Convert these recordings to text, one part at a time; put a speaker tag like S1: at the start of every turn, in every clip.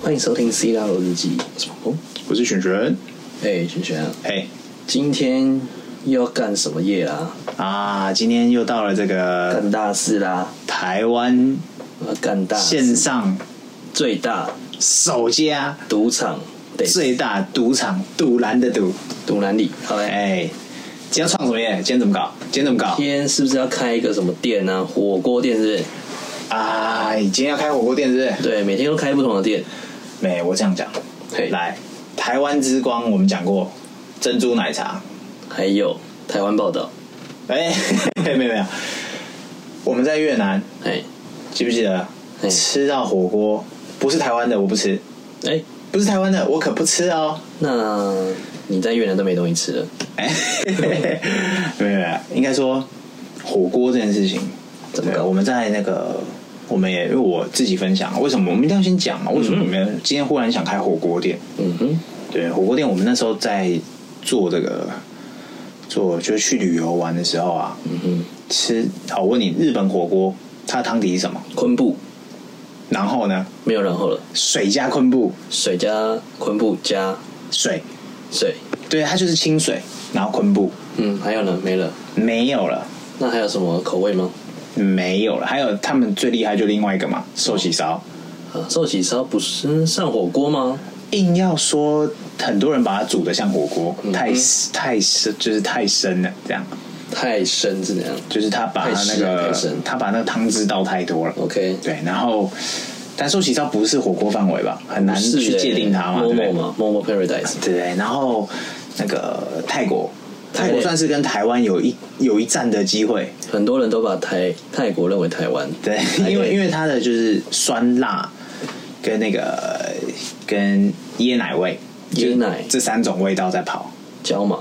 S1: 欢迎收听《C 大楼日记》，我是鹏鹏。
S2: 我是璇璇，
S1: 哎，璇璇，
S2: 嘿
S1: 今天又要干什么夜啦？
S2: 啊，今天又到了这个
S1: 干大事啦！
S2: 台湾
S1: 呃，干大事
S2: 线上
S1: 最大
S2: 首家
S1: 赌场得
S2: 最大赌场赌蓝的赌，
S1: 赌南里，好嘞。
S2: 哎，今天要创什么业？今天怎么搞？今天怎么搞
S1: 今？天是不是要开一个什么店啊？火锅店是不是？
S2: 啊，你今天要开火锅店是不是？
S1: 对，每天都开不同的店。
S2: 没，我这样讲，
S1: 嘿，
S2: 来，台湾之光我们讲过珍珠奶茶，
S1: 还有台湾报道，
S2: 哎， 没有没有没有，我们在越南
S1: 哎
S2: 记不记得
S1: 嗯
S2: 吃到火锅？不是台湾的我不吃，
S1: 哎，
S2: 不是台湾的我可不吃哦。
S1: 那你在越南都没东西吃了，
S2: 哎，没有没有，啊应该说火锅这件事情，
S1: 怎么
S2: 对啊
S1: 搞
S2: 我们在那个，我们也因为我自己分享，啊为什么我们一定要先讲啊嘛？为什么我们今天忽然想开火锅店？
S1: 嗯哼，
S2: 对，火锅店，我们那时候在做这个，做就是去旅游玩的时候啊，
S1: 嗯哼，
S2: 吃好，我问你，日本火锅它的汤底是什么？
S1: 昆布
S2: 然后呢，
S1: 没有然后了，
S2: 水加昆布，
S1: 水加昆布加
S2: 水，
S1: 水，
S2: 对，它就是清水，然后昆布
S1: 嗯，还有呢，没了。
S2: 没有了。
S1: 那还有什么口味吗？
S2: 没有了，还有他们最厉害就另外一个嘛，寿喜烧。
S1: 啊，寿喜烧不是上火锅吗？
S2: 硬要说很多人把它煮的像火锅，
S1: 嗯
S2: 太太深就是太深了，这样
S1: 太深是怎样
S2: 就是他把
S1: 太
S2: 那
S1: 湿了太
S2: 个
S1: 深哦
S2: 他把那个汤汁倒太多了。
S1: ？OK，
S2: 对，然后但寿喜烧不是火锅范围吧，很难
S1: 是
S2: 去界定它嘛，
S1: 某
S2: 对不对
S1: 某？嘛，某某 Paradise，
S2: 对对，然后那个泰国，泰
S1: 泰
S2: 国算是跟台湾有一有一战的机会，
S1: 很多人都把泰泰国认为台湾，
S2: 对
S1: 台，
S2: 因为
S1: 北
S2: 因为它的就是酸辣跟那个跟椰奶味，
S1: 椰奶
S2: 这三种味道在跑。
S1: 椒麻，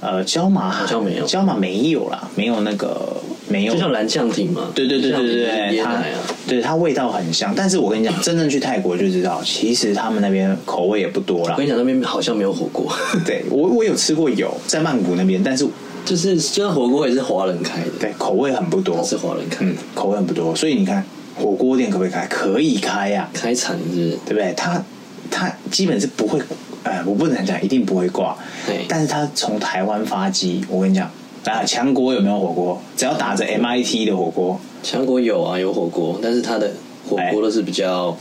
S2: 呃，椒麻
S1: 好像没有
S2: 椒麻没有啦，没有那个没有
S1: 就，像蓝酱艇嘛，
S2: 对对对对对
S1: 蓝酱
S2: 对，
S1: 艇椰
S2: 它
S1: 奶啊，
S2: 对它味道很像，但是我跟你讲，真正去泰国就知道，其实他们那边口味也不多啦
S1: 我跟。你讲那边好像没有火锅，
S2: 对我我有吃过有在曼谷那边，但是
S1: 就是就像火锅也是华人开的，
S2: 对口味很不多，
S1: 是华人开
S2: 嗯
S1: 的，，
S2: 口味很不多，所以你看火锅店可不可以开？可以开呀、
S1: 开产是不是？
S2: 对不对？他他基本是不会，呃，我不能讲一定不会挂
S1: 对，
S2: 但是他从台湾发迹，我跟你讲，啊，强国有没有火锅？只要打着 MIT 的火锅，
S1: 强国有啊，有火锅，但是它的火
S2: 哎
S1: 锅都是比较，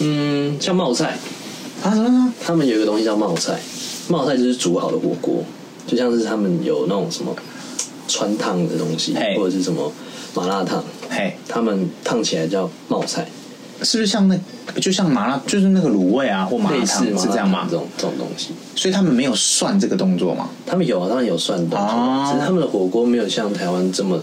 S1: 嗯，像冒菜，
S2: 啊什么什么？
S1: 他们有一个东西叫冒菜，冒菜就是煮好的火锅，就像是他们有那种什么川烫的东西
S2: 嘿，
S1: 或者是什么麻辣烫，
S2: 嘿，
S1: 他们烫起来叫冒菜，
S2: 是不是像那就像麻辣，就是那个卤味啊或麻辣
S1: 类似
S2: 烫
S1: 麻
S2: 是
S1: 辣
S2: 这
S1: 烫
S2: 样吗
S1: 这？种这种东西，
S2: 所以他们没有涮这个动作嘛？
S1: 他们有啊，他们有涮的东西，
S2: 哦
S1: 只是他们的火锅没有像台湾这么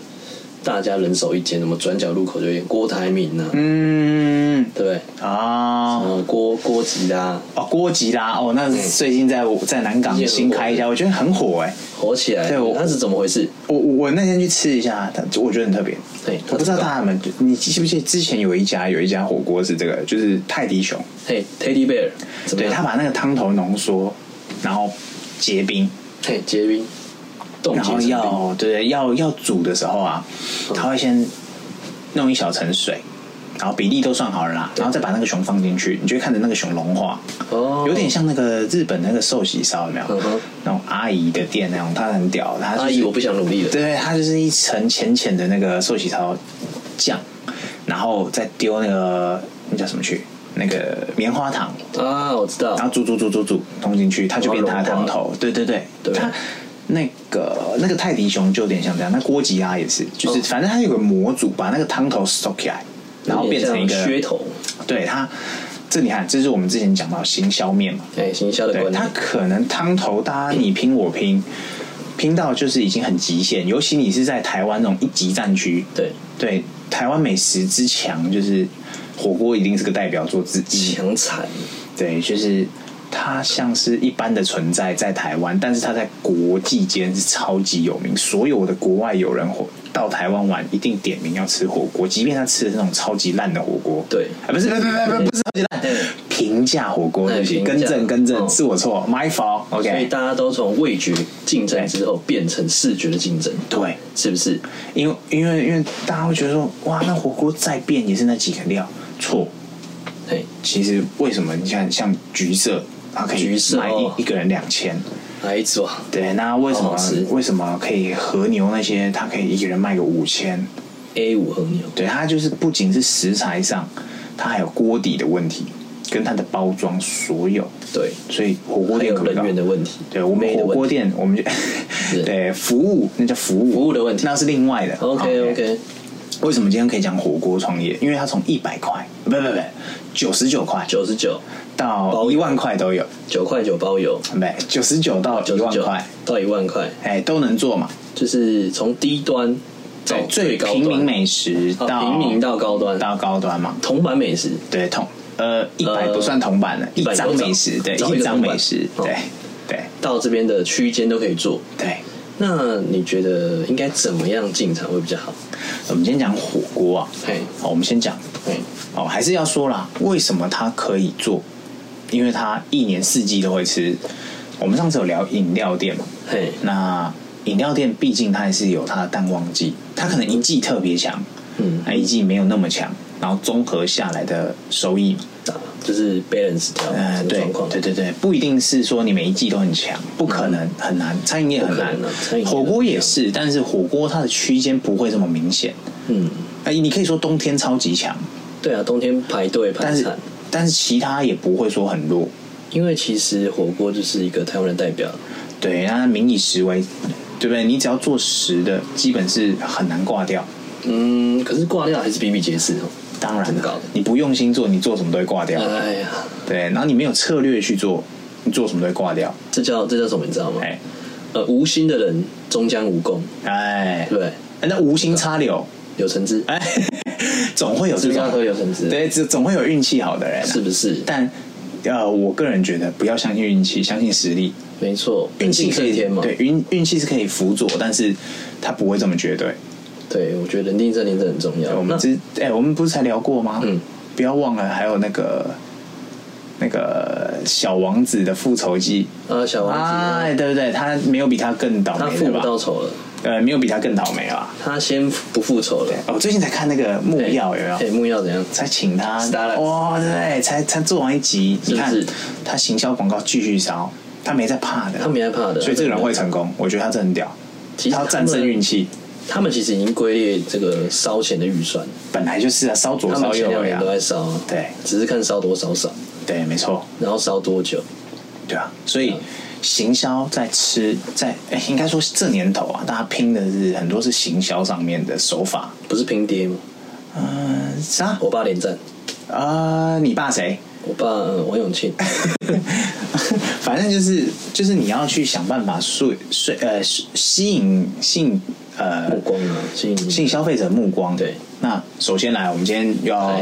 S1: 大家人手一间，什么转角路口就有郭台铭呐、啊，
S2: 嗯
S1: 对不对？
S2: 啊。
S1: 呃，郭郭吉啦，
S2: 哦，锅吉拉哦，那最近在在南港
S1: 也很
S2: 新
S1: 火
S2: 开一家，我觉得很火哎、
S1: 火起来
S2: 对我，
S1: 它是怎么回事？
S2: 我我我那天去吃一下，它我觉得很特别。
S1: 对，
S2: 我不知道
S1: 它
S2: 大家们，你记不记得之前有一家有一家火锅是这个，就是泰迪熊，
S1: 嘿，Teddy Bear 怎么
S2: 对他
S1: 样？
S2: 把那个汤头浓缩，然后结冰，
S1: 嘿，结冰，冻
S2: 然
S1: 结成
S2: 后
S1: 冰
S2: 要对要要煮的时候啊，
S1: 嗯
S2: 他会先弄一小层水，然后比例都算好了啦，然后再把那个熊放进去，你就会看着那个熊融化，
S1: 哦，
S2: 有点像那个日本那个寿喜烧有没有
S1: 嗯哼？
S2: 那种阿姨的店那种，它很屌，它就是
S1: 阿姨，啊我不想努力了。
S2: 对，它就是一层浅浅的那个寿喜烧酱，然后再丢那个那叫什么去？那个棉花糖，
S1: 啊，我知道
S2: 然，后煮煮煮煮煮弄进去，它就变它的汤头。对对对，
S1: 对
S2: 它那个那个泰迪熊就有点像这样，那锅吉拉也是，就是、
S1: 哦
S2: 反正它有个模组，把那个汤头收起来，然后变成一个
S1: 有点像噱。头，
S2: 对它，这你看，这是我们之前讲到行销面嘛，
S1: 哎，行销的
S2: 对
S1: 观
S2: 它
S1: 念，
S2: 可能汤头大家你拼我拼，拼到就是已经很极限，尤其你是在台湾那种一级战区，
S1: 对，
S2: 对台湾美食之强，就是火锅一定是个代表作之一。
S1: 强惨，
S2: 对，就是它像是一般的存在在台湾，但是它在国际间是超级有名，所有的国外友人火到台湾玩一定点名要吃火锅，即便他吃的是那种超级烂的火锅，
S1: 对
S2: 啊，不是不是不是不是不是超级烂，平价火锅，对不起，
S1: 哎平价
S2: 更正更正，
S1: 哦
S2: 是我错，my fault。
S1: 所以
S2: OK，
S1: 大家都从味觉竞争
S2: 对
S1: 之后变成视觉的竞争，
S2: 对，
S1: 是不是？
S2: 因为因为因为大家会觉得说，哇，那火锅再变也是那几个料，错。
S1: 嘿，
S2: 其实为什么你看像橘色，它可以
S1: 橘色
S2: 买一
S1: 哦
S2: 一个人两千，
S1: 来一次吧。
S2: 对，那为什
S1: 好好
S2: 么
S1: 吃
S2: 为什么可以和牛那些，它可以一个人卖个五千？
S1: A 五和牛，
S2: 对，它就是不仅是食材上，它还有锅底的问题，跟它的包装所有，
S1: 对，
S2: 所以火锅
S1: 还
S2: 店
S1: 有
S2: 可不
S1: 人
S2: 可以
S1: 员的问题，
S2: 对我们
S1: 没的
S2: 火
S1: 问
S2: 锅
S1: 题。
S2: 店，我们就 对服务那叫服务，
S1: 服务的问题
S2: 那是另外的。
S1: OK OK，
S2: 为什么今天可以讲火锅创业？因为它从一百块，不不不，九十九块
S1: 九十九，
S2: 到
S1: 包
S2: 一万块都有，
S1: 九块九包邮，
S2: 没九十哦九到一万
S1: 99
S2: 块，
S1: 到一万块，
S2: 哎，都能做嘛。
S1: 就是从低端到
S2: 对，最
S1: 高
S2: 平民
S1: 端，
S2: 美食
S1: 哦
S2: 到
S1: 平民到高端，
S2: 到高端嘛，
S1: 铜板美食，
S2: 对，同呃一百
S1: 呃
S2: 不算铜板了，一
S1: 100
S2: 张
S1: 都
S2: 美食，对，
S1: 找一
S2: 一
S1: 个
S2: 张
S1: 铜板
S2: 美食，
S1: 哦
S2: 对对
S1: 到这边的区间都可以做。
S2: 对。
S1: 那你觉得应该怎么样进场会比较好？
S2: 我们今天讲火锅啊，
S1: 嘿，
S2: 好，我们先讲
S1: 嘿，
S2: 哦，还是要说啦，为什么它可以做？因为它一年四季都会吃。我们上次有聊饮料店嘛，
S1: 嘿，
S2: 那饮料店毕竟它还是有它的淡旺季，它可能一季特别强，
S1: 嗯，
S2: 那一季没有那么强，然后综合下来的收益，
S1: 啊就是 balance 掉
S2: 呃，
S1: 这个
S2: 对
S1: 状况，嗯
S2: 对对对，不一定是说你每一季都很强，不可能很难，餐饮业很难
S1: 不可能啊餐饮，业
S2: 火锅也是，但是火锅它的区间不会这么明显。
S1: 嗯，
S2: 哎，你可以说冬天超级强，
S1: 对啊，冬天排队排
S2: 但是
S1: 餐，
S2: 但是其他也不会说很弱。
S1: 因为其实火锅就是一个台湾的代表，
S2: 对，那民以食为，对不对？你只要做食的，基本是很难挂掉。
S1: 嗯，可是挂料还是比比皆是哦。
S2: 当然
S1: 真搞
S2: 了
S1: 的，
S2: 你不用心做，你做什么都会挂掉。
S1: 哎呀，
S2: 对，然后你没有策略去做，你做什么都会挂掉。
S1: 这叫这叫什么？你知道吗？
S2: 哎
S1: 呃，无心的人终将无功，
S2: 哎
S1: 对，不对？
S2: 那无心插柳，
S1: 柳橙汁，
S2: 哎， 总会有这
S1: 芝加
S2: 种
S1: 哥柳橙汁，，
S2: 对，总总会有运气好的人、啊，
S1: 是不是？
S2: 但呃，我个人觉得不要相信运气，相信实力。
S1: 没错，
S2: 运气可
S1: 胜
S2: 以
S1: 天嘛。
S2: 对，运运气是可以辅佐，但是它不会这么绝对。
S1: 对，我觉得人定胜天这很重要。
S2: 我们
S1: 那
S2: 之哎、我们不是才聊过吗？
S1: 嗯，
S2: 不要忘了还有那个那个小王子的复仇记。
S1: 啊，小王子
S2: 哎，
S1: 呢，
S2: 对不对？他没有比他更倒
S1: 他
S2: 霉
S1: 复
S2: 的
S1: 不
S2: 吧？
S1: 到仇了，
S2: 呃，没有比他更倒霉啊。
S1: 他先不复仇了。
S2: 哦，我最近才看那个木
S1: 哎
S2: 曜有没有？
S1: 哎，木曜怎样？
S2: 才请他
S1: Starlet
S2: 哇，对不对？才才做完一集，
S1: 是
S2: 你
S1: 不
S2: 看
S1: 是
S2: 他行销广告继续烧，他没在怕的，
S1: 他没害怕的，
S2: 所以这个人会成功，我觉得他真的很屌，
S1: 其实
S2: 他要
S1: 他
S2: 战胜
S1: 们
S2: 运气，
S1: 他们其实已经归列这个烧钱的预算，
S2: 本来就是啊，烧左
S1: 他们
S2: 烧
S1: 前
S2: 右
S1: 两
S2: 而已
S1: 年
S2: 啊
S1: 都，在烧啊，
S2: 对
S1: 只是看烧多烧少，
S2: 对，没错，
S1: 然后烧多久。
S2: 对啊，所
S1: 嗯
S2: 以。行销在吃，在哎，应该说是这年头啊，大家拼的是很多是行销上面的手法。
S1: 不是拼爹吗？
S2: 嗯、啥啊、
S1: 我爸连战，
S2: 你爸谁？
S1: 我爸嗯王永 庆，
S2: 反正就是就是你要去想办法说说呃吸吸引吸引呃
S1: 目光啊，姓
S2: 吸引消费者目光。
S1: 对，
S2: 那首先来，我们今天要
S1: 来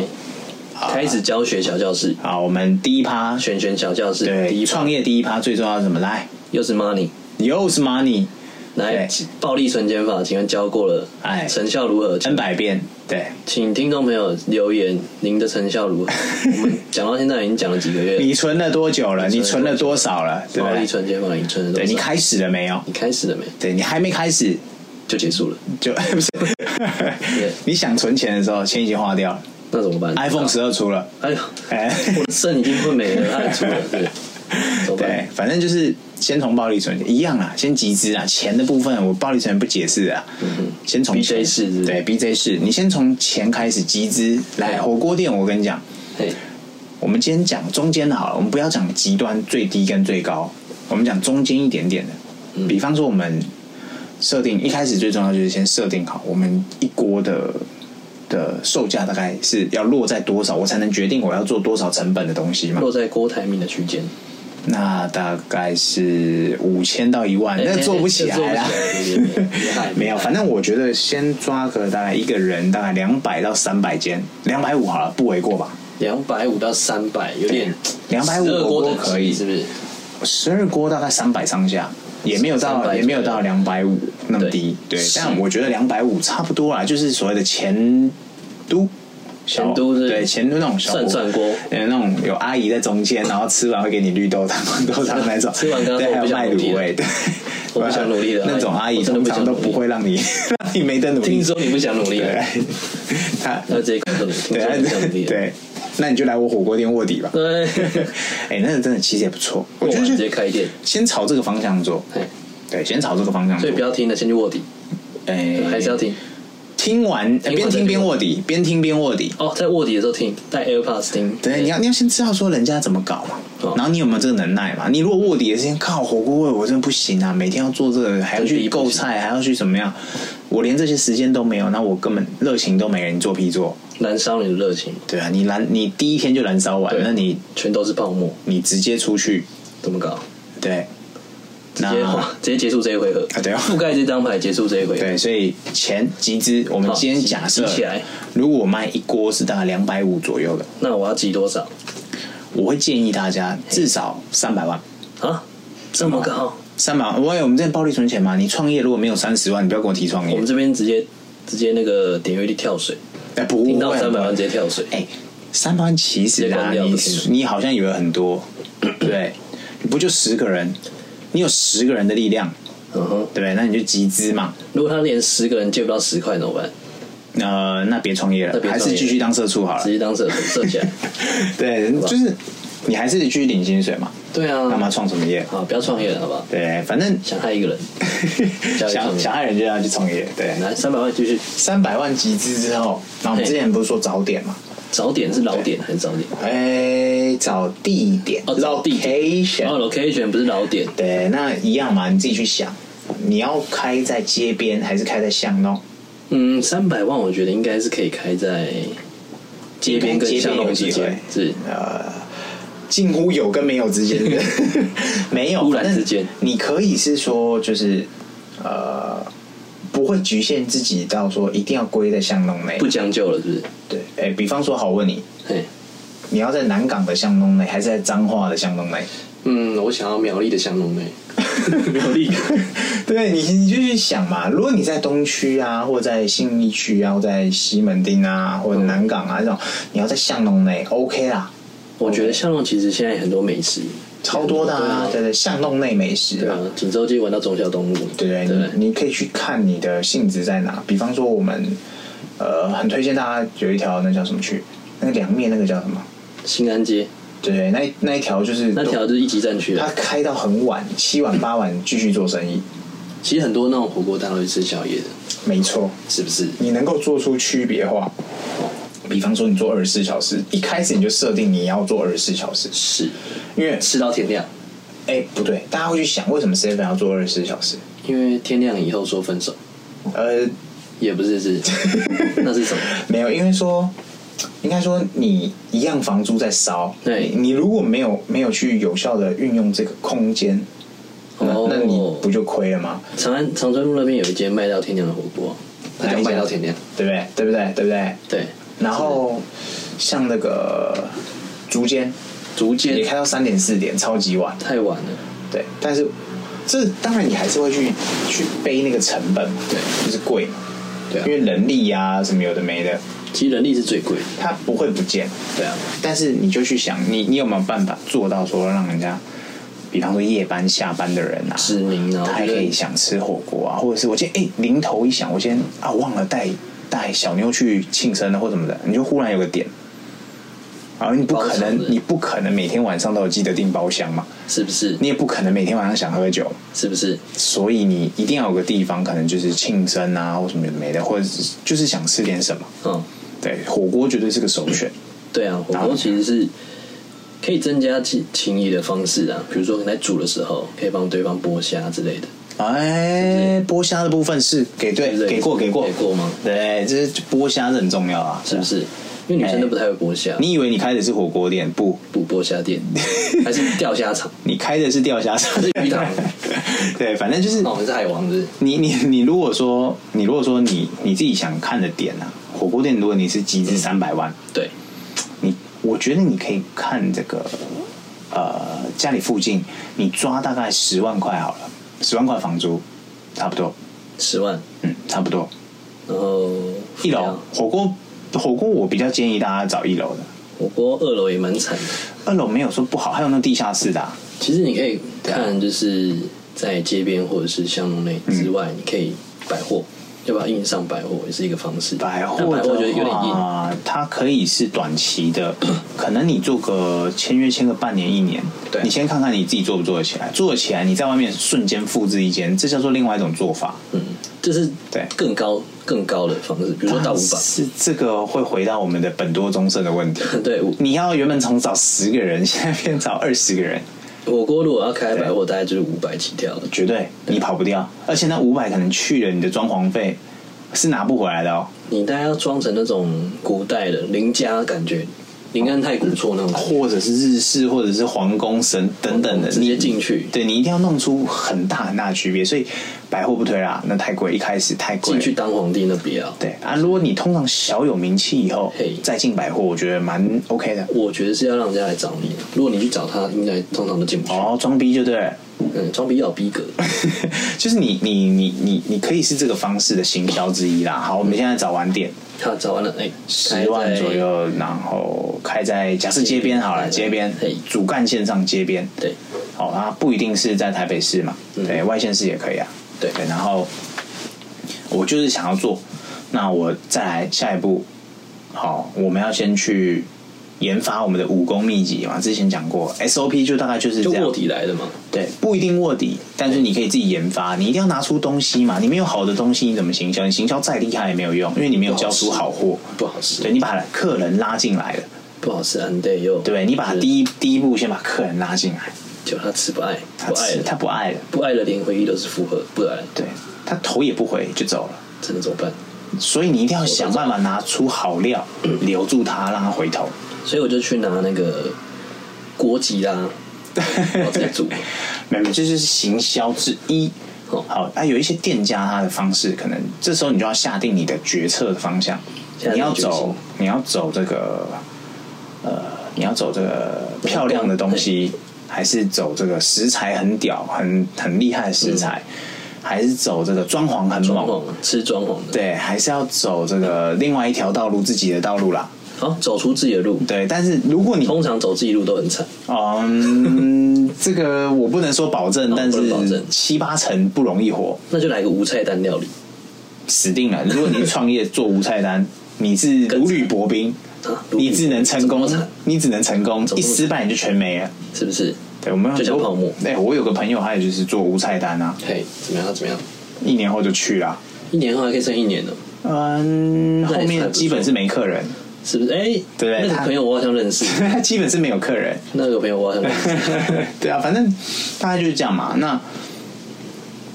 S1: 哎开始教学小教室，
S2: 哦啊，我们第一趴
S1: 选选小教室，第
S2: 对
S1: 一
S2: 创业第一趴最重要是什么？来，
S1: 又是 money，
S2: 又是 money
S1: 来暴力存减法，请问教过了，
S2: 哎
S1: 成效如何？
S2: n
S1: 请
S2: 百遍，对，
S1: 请听众朋友留言，您的成效 如何？我们讲到现在已经讲了几个月，
S2: 你存了多久了？你存了多少了？对 不
S1: 暴力
S2: 对？
S1: 存减哦法，你存了多
S2: 对你
S1: 少？
S2: 开始了没有？
S1: 你开始了没？
S2: 对你还没开始
S1: 就结束了，
S2: 就 不是，你想存钱的时候，钱已经花掉了
S1: 那怎么办
S2: ，iPhone 十，二出了，
S1: 哎呦，
S2: 哎。
S1: 我的肾已经会没了，太出了， 对，怎么
S2: 对
S1: 办？，
S2: 反正就是先从暴力存一样啦，先集资啊，钱的部分我暴力存不解释啊，
S1: 嗯
S2: 先从
S1: BJ
S2: 钱
S1: 式是不是
S2: 对 BJ 式，你先从钱开始集资。来，
S1: 对
S2: 火锅店我跟你讲，
S1: 嘿，
S2: 我们今天讲中间的好了，我们不要讲极端最低跟最高，我们讲中间一点点
S1: 嗯
S2: 的。比方说，我们设定一开始最重要就是先设定好我们一锅的的售价大概是要落在多少，我才能决定我要做多少成本的东西嘛。
S1: 落在郭台铭的区间。
S2: 那大概是五千到一万，那做不起来啦。没有，反正我觉得先抓个大概一个人大概两百到三百间，两百五好了，不为过吧？
S1: 两百五到三百，有点
S2: 250
S1: 12锅
S2: 我
S1: 的
S2: 都可以
S1: 是不是？
S2: 十二锅大概三百上下，也没有到
S1: 300
S2: 也没有到两百五那么低，
S1: 对
S2: 对。
S1: 是
S2: 但我觉得两百五差不多啦，就是所谓的前都。小
S1: 前都是
S2: 对前都那种小
S1: 涮涮锅
S2: 呃，那种有阿姨在中间，然后吃完会给你绿豆汤、 黄豆汤那种，
S1: 吃完刚刚说
S2: 对，还
S1: 我
S2: 有
S1: 不想
S2: 卖
S1: 努力
S2: 卤
S1: 了
S2: 味，对，
S1: 我不 想努力了
S2: 那种阿
S1: 阿姨
S2: 姨
S1: 我真的
S2: 通
S1: 不
S2: 常
S1: 想
S2: 都
S1: 努力
S2: 不会让你 让你没得努力
S1: 听，说你不想努力了，
S2: 对，她
S1: 那直接告诉你，听
S2: 对
S1: 说你不想努力
S2: 对
S1: 了，
S2: 对，那你就来我火锅店卧底吧。
S1: 对，
S2: 哎、那个真的其实也不错，我
S1: 我
S2: 觉
S1: 就
S2: 得
S1: 直
S2: 就
S1: 接开店，
S2: 先朝这个方向做，
S1: 对，
S2: 对，先朝这个方向做。
S1: 所以不要听了，先去卧底，
S2: 哎、
S1: 还是要听
S2: 听完，呃
S1: 听完
S2: 边
S1: 再
S2: 听
S1: 去
S2: 边
S1: 卧
S2: 卧底，边听边卧底。
S1: 哦，在卧底的时候听，带 AirPods 听，
S2: 对，你要你要先知道说人家怎么搞嘛，
S1: 哦
S2: 然后你有没有这个能耐嘛？你如果卧底的时间靠火锅味，我真的不行啊！每天要做这个，还要
S1: 这第
S2: 去
S1: 一步
S2: 购
S1: 是
S2: 菜，还要去怎么样？我连这些时间都没有，那我根本热情都没了。你做屁做，
S1: 燃烧你的热情，
S2: 对啊，你燃你第一天就燃烧完，
S1: 对
S2: 那你
S1: 全都是泡沫，
S2: 你直接出去，
S1: 怎么搞？
S2: 对，
S1: 直接
S2: 那
S1: 直接结束这一回合
S2: 啊对啊
S1: 覆盖这张牌，结束这一回合。
S2: 对，所以钱集资，我们
S1: 好
S2: 今天
S1: 集
S2: 假设
S1: 集起来，
S2: 如果我卖一锅是大概两百五左右的，
S1: 那我要集多少
S2: 我会建议大家至少三百万。
S1: 啊？这么高？
S2: 三百万，我有我们这边暴力存钱嘛？你创业如果没有三十万，你不要跟我提创业。
S1: 我们这边直接直接那个点阅率跳水，
S2: 哎不会
S1: 听到三百万直接跳水。
S2: 哎，三百万其实
S1: 直接
S2: 啊，
S1: 关掉
S2: 你
S1: 不听了
S2: 你好像以为很多，对，你不就十个人？你有十个人的力量，
S1: 嗯哼，
S2: 对不对？那你就集资嘛。
S1: 如果他连十个人借不到十块怎么办？
S2: 呃，那别创业了
S1: 那，别
S2: 还
S1: 创业
S2: 是继续当社畜好了
S1: 直。接当社畜社起来。
S2: 对，就是你还是继续领薪水嘛，
S1: 对啊，
S2: 干嘛？创什么业？
S1: 好，不要创业了，好不好？
S2: 对，反 正
S1: 想害一个人，加油创业
S2: 想
S1: 嗯
S2: 想害人就要去创业。对，
S1: 来三百万继续。
S2: 三百万集资之后，然后我们
S1: 嘿
S2: 之前不是说早点嘛？
S1: 早点是老点还是早点？
S2: 哎，找地点
S1: 嗯哦找地点
S2: location
S1: 哦，location 不是老点，
S2: 对，那一样嘛，你自己去想，你要开在街边还是开在巷弄？
S1: 嗯，三百万我觉得应该是可以开在街边跟
S2: 街边
S1: 巷
S2: 有
S1: 弄
S2: 机
S1: 之间
S2: 会，
S1: 是
S2: 呃，近乎有跟没有 之间，没有，
S1: 忽然
S2: 反正
S1: 之间
S2: 你可以是说就是呃，不会局限自己到说一定要归在巷弄内
S1: 不。将就了，是不是？
S2: 对，哎，比方说，好我问你，
S1: 嘿，
S2: 你要在南港的巷弄内，还是在彰化的巷弄内？
S1: 嗯，我想要苗栗的欸香浓妹， 苗栗
S2: 对你，你就去想嘛。如果你在东区啊，或在信义区啊，或在西门町啊，或者南港啊这种，你要在巷弄内，OK 啦，
S1: 我觉得巷弄其实现在很多美食，
S2: 超多的啊，
S1: 对
S2: 对
S1: 啊
S2: 对，巷弄内美食
S1: 对
S2: 嘛，
S1: 啊，锦州街玩到忠孝东路，
S2: 对对
S1: 对
S2: 你你可以去看你的性质在哪。比方说，我们呃很推荐大家有一条那叫什么去，那个凉面那个叫什么？
S1: 新安街
S2: 对对，那一那一条就是
S1: 那条就是一级战区啊
S2: 它
S1: 了。
S2: 开到很晚，七晚八晚继续做生意，
S1: 其实很多那种火锅摊都是吃宵夜的，
S2: 没错。
S1: 是不是？
S2: 你能够做出区别化。比方说，你做二十四小时，一开始你就设定你要做二十四小时，
S1: 是，
S2: 因为
S1: 吃到天亮，
S2: 哎、不对，大家会去想为什么 seven 要做二十四小时？
S1: 因为天亮以后说分手，
S2: 呃，
S1: 也不是 是，那是什么？
S2: 没有，因为说应该说你一样房租在烧，
S1: 对
S2: 你你如果没有没有去有效的运用这个空间，那、
S1: 哦
S2: 那你不就亏了吗？
S1: 长安长春路那边有一间卖到天亮的火锅，它叫卖到天亮，
S2: 对不对？对不对？对不对？
S1: 对，
S2: 然后像那个竹间
S1: 竹
S2: 也
S1: 间
S2: 开到三点四点，超级晚。
S1: 太晚了，
S2: 对，但是这当然你还是会去去背那个成本嘛，
S1: 对
S2: 就是贵嘛，
S1: 对啊
S2: 因为人力呀、什么有的没的，
S1: 其实人力是最贵的，
S2: 它不会不见，
S1: 对啊，
S2: 但是你就去想，你你有没有办法做到说让人家，比方说夜班下班的人啊，
S1: 指名啊，
S2: 他还
S1: 我
S2: 可
S1: 觉
S2: 以
S1: 得
S2: 想吃火锅啊，或者是我今天哎灵头一想，我今天啊忘了带带小妞去庆生了或什么的，你就忽然有个点。啊，你不可
S1: 包厢
S2: 能
S1: 的，
S2: 你不可能每天晚上都有记得订包厢嘛，
S1: 是不是？
S2: 你也不可能每天晚上想喝酒，
S1: 是不是？
S2: 所以你一定要有个地方，可能就是庆生啊，或什么有的没的，或者是就是想吃点什么。
S1: 嗯，
S2: 对，火锅绝对是个首选。
S1: 对啊，火锅其实是可以增加情情谊的方式啊，比如说你在煮的时候，可以帮对方剥虾之类的，
S2: 哎，剥虾的部分是给对
S1: 对不对
S2: 给过给过
S1: 给过吗？
S2: 对，这是剥虾是很重要啊，
S1: 是不？啊是？因为女生都不太会剥虾，
S2: 你以为你开的是火锅店？不，
S1: 补剥虾店 还是钓虾场？
S2: 你开的是钓虾场
S1: 是鱼塘。 哦
S2: 对，反正就是
S1: 那我们是海王子，
S2: 你你你如果说你如果说你你自己想看的点啊，火锅店如果你是集资三百万，
S1: 对，
S2: 你我觉得你可以看这个呃家里附近，你抓大概十万块好了，十万块房租差不多，
S1: 十万，
S2: 嗯，差不多。
S1: 然后
S2: 一楼火锅火锅我比较建议大家找一楼的，
S1: 火锅二楼也蛮惨的。
S2: 二楼没有说不好，还有那地下室的啊、
S1: 其实你可以看，就是在街边或者是巷弄内之外，你可以百货，要不要硬上百货也是一个方式。
S2: 百
S1: 但
S2: 货
S1: 百
S2: 的
S1: 货我觉得有点硬，
S2: 话，它可以是短 期的，可能你做个签约签个半年一年，
S1: 对
S2: 你先看看你自己做不做得起来，做得起来你在外面瞬间复制一间，这叫做另外一种做法。
S1: 嗯，这是
S2: 对
S1: 更高更高的方式，比如说到五
S2: 但是这个会回到我们的本多忠胜的问题。
S1: 百， 对，五
S2: 你要原本从找十个人，现在变找二十个人，
S1: 火锅如果要开百
S2: 对
S1: 货，大概就是五百起跳了。
S2: 绝对你跑不掉。而且那五百可能去了你的装潢费是拿不回来的哦，
S1: 你大概要装成那种古代的邻家感觉，临安太古厝那种感觉。
S2: 或者是日式，或者是皇宫神哦等等的，
S1: 直接
S2: 你
S1: 进去
S2: 对你一定要弄出很大很大的区别。所以百货不推啦，那太贵，一开始太贵
S1: 进
S2: 了。
S1: 去当皇帝那不要，
S2: 对啊，如果你通常小有名气以后
S1: 嘿
S2: 再进百货，我觉得蛮 OK 的。
S1: 我觉得是要让人家来找你。如果你去找他，应该通常都进不去。
S2: 哦，装逼就对了。
S1: 嗯，装逼要有逼格。
S2: 就是你你你你你可以是这个方式的行销之一啦。好，我们现在找晚点，
S1: 他找完了，哎，
S2: 十万左。右，然后开在假设街边好了，街边
S1: 嘿
S2: 主干线上街边，
S1: 对，
S2: 好，它不一定是在台北市嘛，
S1: 嗯
S2: 对外县市也可以啊。
S1: 对
S2: 对，然后我就是想要做，那我再来下一步，好，我们要先去研发我们的武功秘籍嘛，之前讲过 SOP 就大概就是
S1: 就
S2: 这样
S1: 卧，底来的嘛。
S2: 对，不一定卧底，但是你可以自己研发，你一定要拿出东西嘛，你没有好的东西你怎么行销？你行销再厉害也没有用，因为你没有交出好货。
S1: 不好吃
S2: 对，，你把客人拉进来了，
S1: 不好吃安 n 又
S2: 对不对？你把第一第一步先把客人拉进来，
S1: 就他吃不爱，
S2: 他
S1: 不爱
S2: 吃他
S1: 了，
S2: 不爱了，
S1: 不爱了，连回忆都是负荷，不然
S2: 对他头也不回就走了。
S1: 真的怎么办？
S2: 所以你一定要想办法拿出好料，留住他，让他回头。
S1: 所以我就去拿那个锅吉拉，然后再 煮。
S2: 没有，这就是行销之一。
S1: 哦
S2: 好，啊，有一些店家他的方式，可能这时候你就要下定你的决策的方向，
S1: 下定
S2: 你要
S1: 决心
S2: 走，你要走这个，呃，你要走这个漂亮的东西，还是走这个食材很屌、很很厉害的食材，还是走这个装潢很
S1: 嗯装
S2: 猛？
S1: 潢吃装潢的，
S2: 对，还是要走这个另外一条道路，自己的道路啦。
S1: 好走出自己的路。
S2: 对，但是如果你
S1: 通常走自己路都很惨，
S2: 嗯，这个我不能说保 证，
S1: 哦
S2: 但
S1: 不能保
S2: 是
S1: 证
S2: 七八成不容易活，
S1: 那就来个无菜单料理
S2: 死定了。如果你是创业做无菜单， 你是
S1: 更惨
S2: 如履薄冰，
S1: 啊！
S2: 你只能成 功
S1: 怎么惨，
S2: 你只能成功，
S1: 怎
S2: 一
S1: 么
S2: 失败你就全没了。
S1: 是不是？
S2: 对，我们
S1: 就像
S2: 有
S1: 泡沫
S2: 哎，我有个朋友，他也就是做无菜单啊，
S1: 嘿，怎么样？怎么样？
S2: 一年后就去了。
S1: 一年后还可以剩一年呢，
S2: 嗯，
S1: 那
S2: 后
S1: 也算
S2: 面
S1: 不错
S2: 基本是没客人，
S1: 是不是？哎，
S2: 对
S1: 那个
S2: 他
S1: 朋友我好像认识，
S2: 他基本是没有客人。
S1: 那个朋友我好像认识。
S2: 对啊，反正大概就是这样嘛。那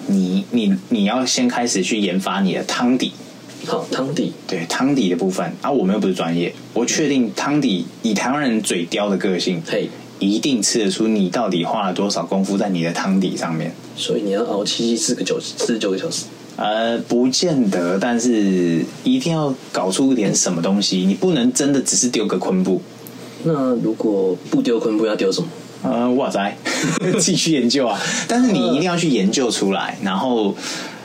S2: 你你你要先开始去研发你的汤底，
S1: 好，汤底
S2: 对汤底的部分啊，我们又不是专业，我确定汤底以台湾人嘴刁的个性，
S1: 嘿，
S2: 一定吃得出你到底花了多少功夫在你的汤底上面。
S1: 所以你要熬七七四个九四十九个小时，
S2: 呃，不见得，但是一定要搞出一点什么东西，你不能真的只是丢个昆布。
S1: 那如果不丢昆布要丢什么？
S2: 呃，哇塞， 继续研究啊！但是你一定要去研究出来，然后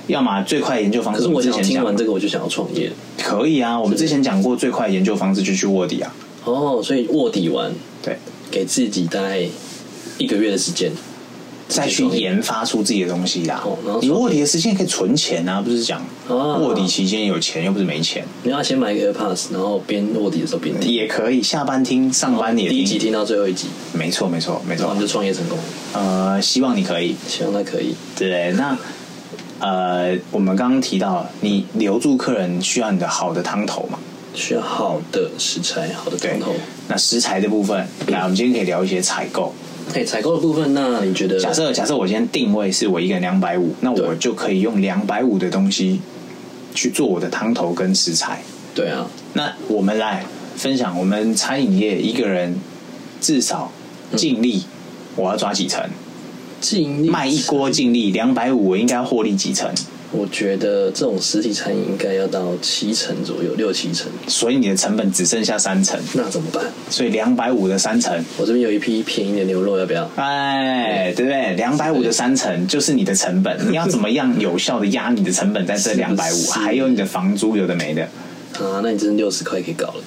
S2: 要么最快研究方
S1: 可
S2: 式，
S1: 是
S2: 我
S1: 我
S2: 们之
S1: 想
S2: 前
S1: 听
S2: 讲
S1: 完这个我就想要创业
S2: 可以啊，我们之前讲过最快研究方式就去卧底啊，
S1: 哦，所以卧底完
S2: 对，
S1: 给自己大概一个月的时间，
S2: 再去研发出自己的东西啦
S1: 哦然后。
S2: 你卧底的时间可以存钱啊，不是讲
S1: 哦
S2: 卧底期间有钱又不是没钱，
S1: 你要先买一个 AirPods，然后边卧底的时候边听，
S2: 也可以下班听，上班也
S1: 第一集
S2: 听，
S1: 听到最后一集，
S2: 没错没错没
S1: 然后
S2: 错
S1: 你。就创业成功了。
S2: 呃，希望你可以
S1: 希望他可以。
S2: 对，那呃，我们刚刚提到了，你留住客人需要你的好的汤头嘛。
S1: 需要好的食材、好的
S2: 对
S1: 汤头。，
S2: 那食材的部分，来，我们今天可以聊一些采购。
S1: 哎，采购的部分，那你觉得？
S2: 假设假设我今天定位是我一个人两百五，那我
S1: 对
S2: 就可以用两百五的东西去做我的汤头跟食材。
S1: 对啊，
S2: 那我们来分享，我们餐饮业一个人至少净利，我要抓几成？
S1: 尽力
S2: 卖一锅净利两百五，我应该要获利几成？
S1: 我觉得这种实体餐饮应该要到七成左右，六七成。
S2: 所以你的成本只剩下三成，
S1: 那怎么办？
S2: 所以两百五的三成。
S1: 我这边有一批便宜的牛肉，要不要？
S2: 哎，对不对？两百五的三成就是你的成 本，你要怎么样有效的压你的成本在这
S1: 是
S2: 两
S1: 不
S2: 百五，
S1: 是
S2: 还有你的房租有的没的，
S1: 啊，那你真的六十块可以搞了，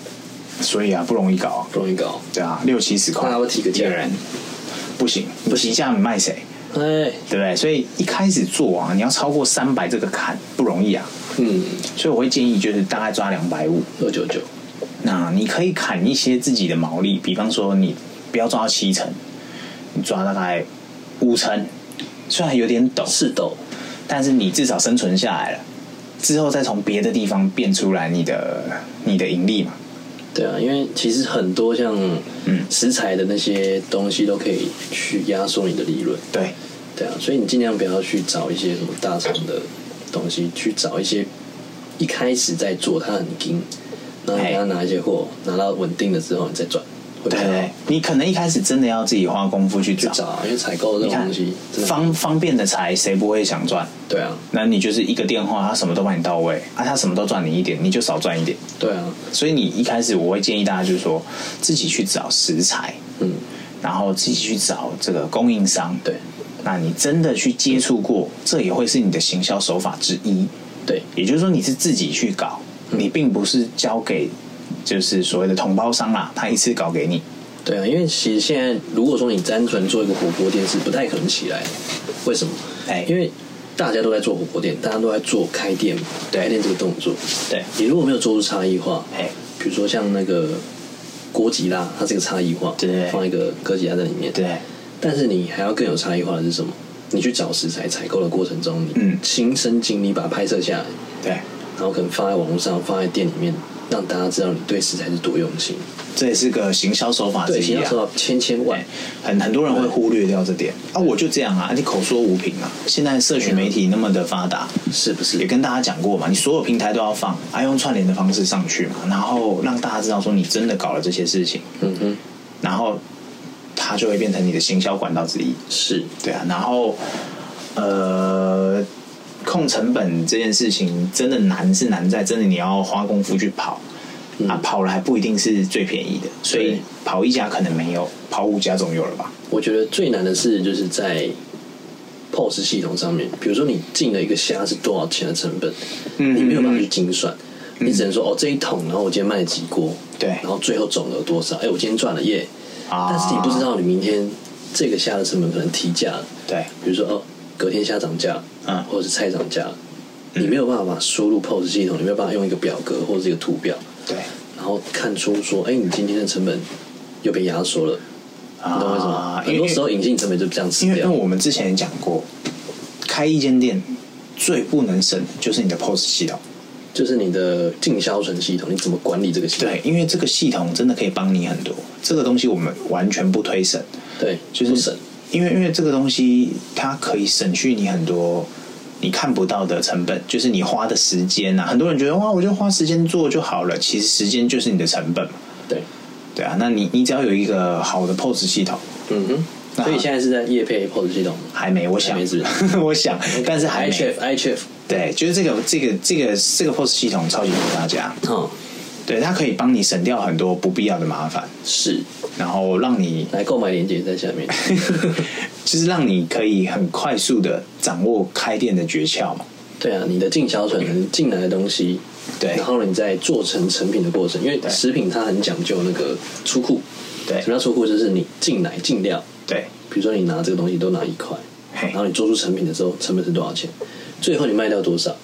S2: 所以啊不容易搞啊。
S1: 不容易搞。
S2: 对啊，六七十块，
S1: 那我提个价
S2: 一人，不行，不提价你卖谁？
S1: 哎，
S2: 对不对？所以一开始做啊，你要超过三百这个坎不容易啊，
S1: 嗯，
S2: 所以我会建议就是大概抓两百五，
S1: 二九九，
S2: 那你可以砍一些自己的毛利，比方说你不要抓到七成，你抓大概五成，虽然有点陡，
S1: 四斗，
S2: 但是你至少生存下来了，之后再从别的地方变出来你的你的盈利嘛。
S1: 对啊，因为其实很多像食材的那些东西都可以去压缩你的利润，
S2: 对，
S1: 对啊，所以你尽量不要去找一些什么大厂的东西，去找一些一开始在做它很精，然后你给它拿一些货，拿到稳定了之后你再转，会比
S2: 对
S1: 较好
S2: 对，你可能一开始真的要自己花功夫去
S1: 去
S2: 找，
S1: 找啊，因为采购这
S2: 你
S1: 种
S2: 看
S1: 东西真的
S2: 方方便的财谁不会想赚？
S1: 对啊，
S2: 那你就是一个电话，他什么都帮你到位啊，他什么都赚你一点，你就少赚一点。
S1: 对啊，
S2: 所以你一开始我会建议大家就是说自己去找食材，
S1: 嗯，
S2: 然后自己去找这个供应商。
S1: 对，
S2: 那你真的去接触过，这也会是你的行销手法之一。
S1: 对，
S2: 也就是说，你是自己去搞，你并不是交给就是所谓的同包商啦，他一次搞给你。
S1: 对啊，因为其实现在如果说你单纯做一个火锅店是不太可能起来的，为什么？
S2: 哎
S1: 因为大家都在做火锅店，大家都在做开店，
S2: 对
S1: 开店这个动作，
S2: 对，
S1: 你如果没有做出差异化，
S2: 哎，
S1: 比如说像那个锅吉拉，它是个差异化，
S2: 对
S1: 放一个哥吉拉在里面，。
S2: 对，
S1: 但是你还要更有差异化的是什么？你去找食材采购的过程中，你
S2: 嗯
S1: 亲身经历把它拍摄下来，
S2: 对，
S1: 然后可能放在网络上，放在店里面，让大家知道你对食材是多用心。
S2: 这也是个行销手法
S1: 对，
S2: 之
S1: 其
S2: 一
S1: 他
S2: 啊
S1: 说。到千千万
S2: 对，，很很多人会忽略掉这点啊！我就这样啊，你口说无凭啊！现在社群媒体那么的发达，
S1: 是不
S2: 也
S1: 是？
S2: 跟大家讲过嘛，你所有平台都要放，啊，用串联的方式上去嘛，然后让大家知道说你真的搞了这些事情，
S1: 嗯哼，
S2: 然后它就会变成你的行销管道之一。
S1: 是，
S2: 对啊，然后呃，控成本这件事情真的难是难在真的你要花功夫去跑。啊，跑了还不一定是最便宜的，所
S1: 嗯
S2: 以
S1: 对
S2: 跑一家可能没有，跑五家总有了吧？
S1: 我觉得最难的是就是在 POS 系统上面，比如说你进了一个虾是多少钱的成本，
S2: 嗯
S1: 你没有办法
S2: 嗯
S1: 去精算，你只能说哦这一桶，然后我今天卖了几锅，
S2: 对
S1: 然后最后总额多少？哎，我今天赚了耶！哦
S2: 啊
S1: 但是你不知道你明天这个虾的成本可能提价了，
S2: 对，
S1: 比如说哦隔天虾涨价，
S2: 嗯
S1: 或者是菜涨价了，你没有办法输入 POS 系统，你没有办法用一个表格或者是一个图表，
S2: 对，
S1: 然后看出说哎你今天的成本又被压缩了。你懂我意思吗？很
S2: 啊因
S1: 多
S2: 为
S1: 时候隐性成本就这样吃
S2: 因为因
S1: 掉
S2: 为。我们之前也讲过，开一间店最不能省的就是你的 POS 系统。
S1: 就是你的进销存系统，你怎么管理这个系统？
S2: 对，因为这个系统真的可以帮你很多。这个东西我们完全不推省，
S1: 对，
S2: 就是
S1: 不省。
S2: 因为因为这个东西它可以省去你很多你看不到的成本，就是你花的时间呐、很多人觉得哇，我就花时间做就好了，其实时间就是你的成本嘛。
S1: 对，
S2: 对啊，那你你只要有一个好的 POS 系统，
S1: 嗯哼。
S2: 那
S1: 所以现在是在业配 POS 系统吗，
S2: 还没，我想
S1: 还没是不，
S2: 我想，但是还
S1: i
S2: 没。
S1: c h e f i c h e f
S2: 对，就是这个这个这个这个 POS 系统超级给大家，
S1: 哦，
S2: 对它可以帮你省掉很多不必要的麻烦，
S1: 是
S2: 然后让你
S1: 来购买链接在下面。
S2: 就是让你可以很快速的掌握开店的诀窍嘛。
S1: 对啊，你的进销存你进来的东西，
S2: 对
S1: 然后你在做成成品的过程，因为
S2: 对
S1: 食品它很讲究那个出库。
S2: 对
S1: 什么叫出库？就是你进来进料，
S2: 对
S1: 比如说你拿这个东西都拿一块，
S2: 嘿
S1: 然后你做出成品的时候，成本是多少钱？最后你卖掉多少？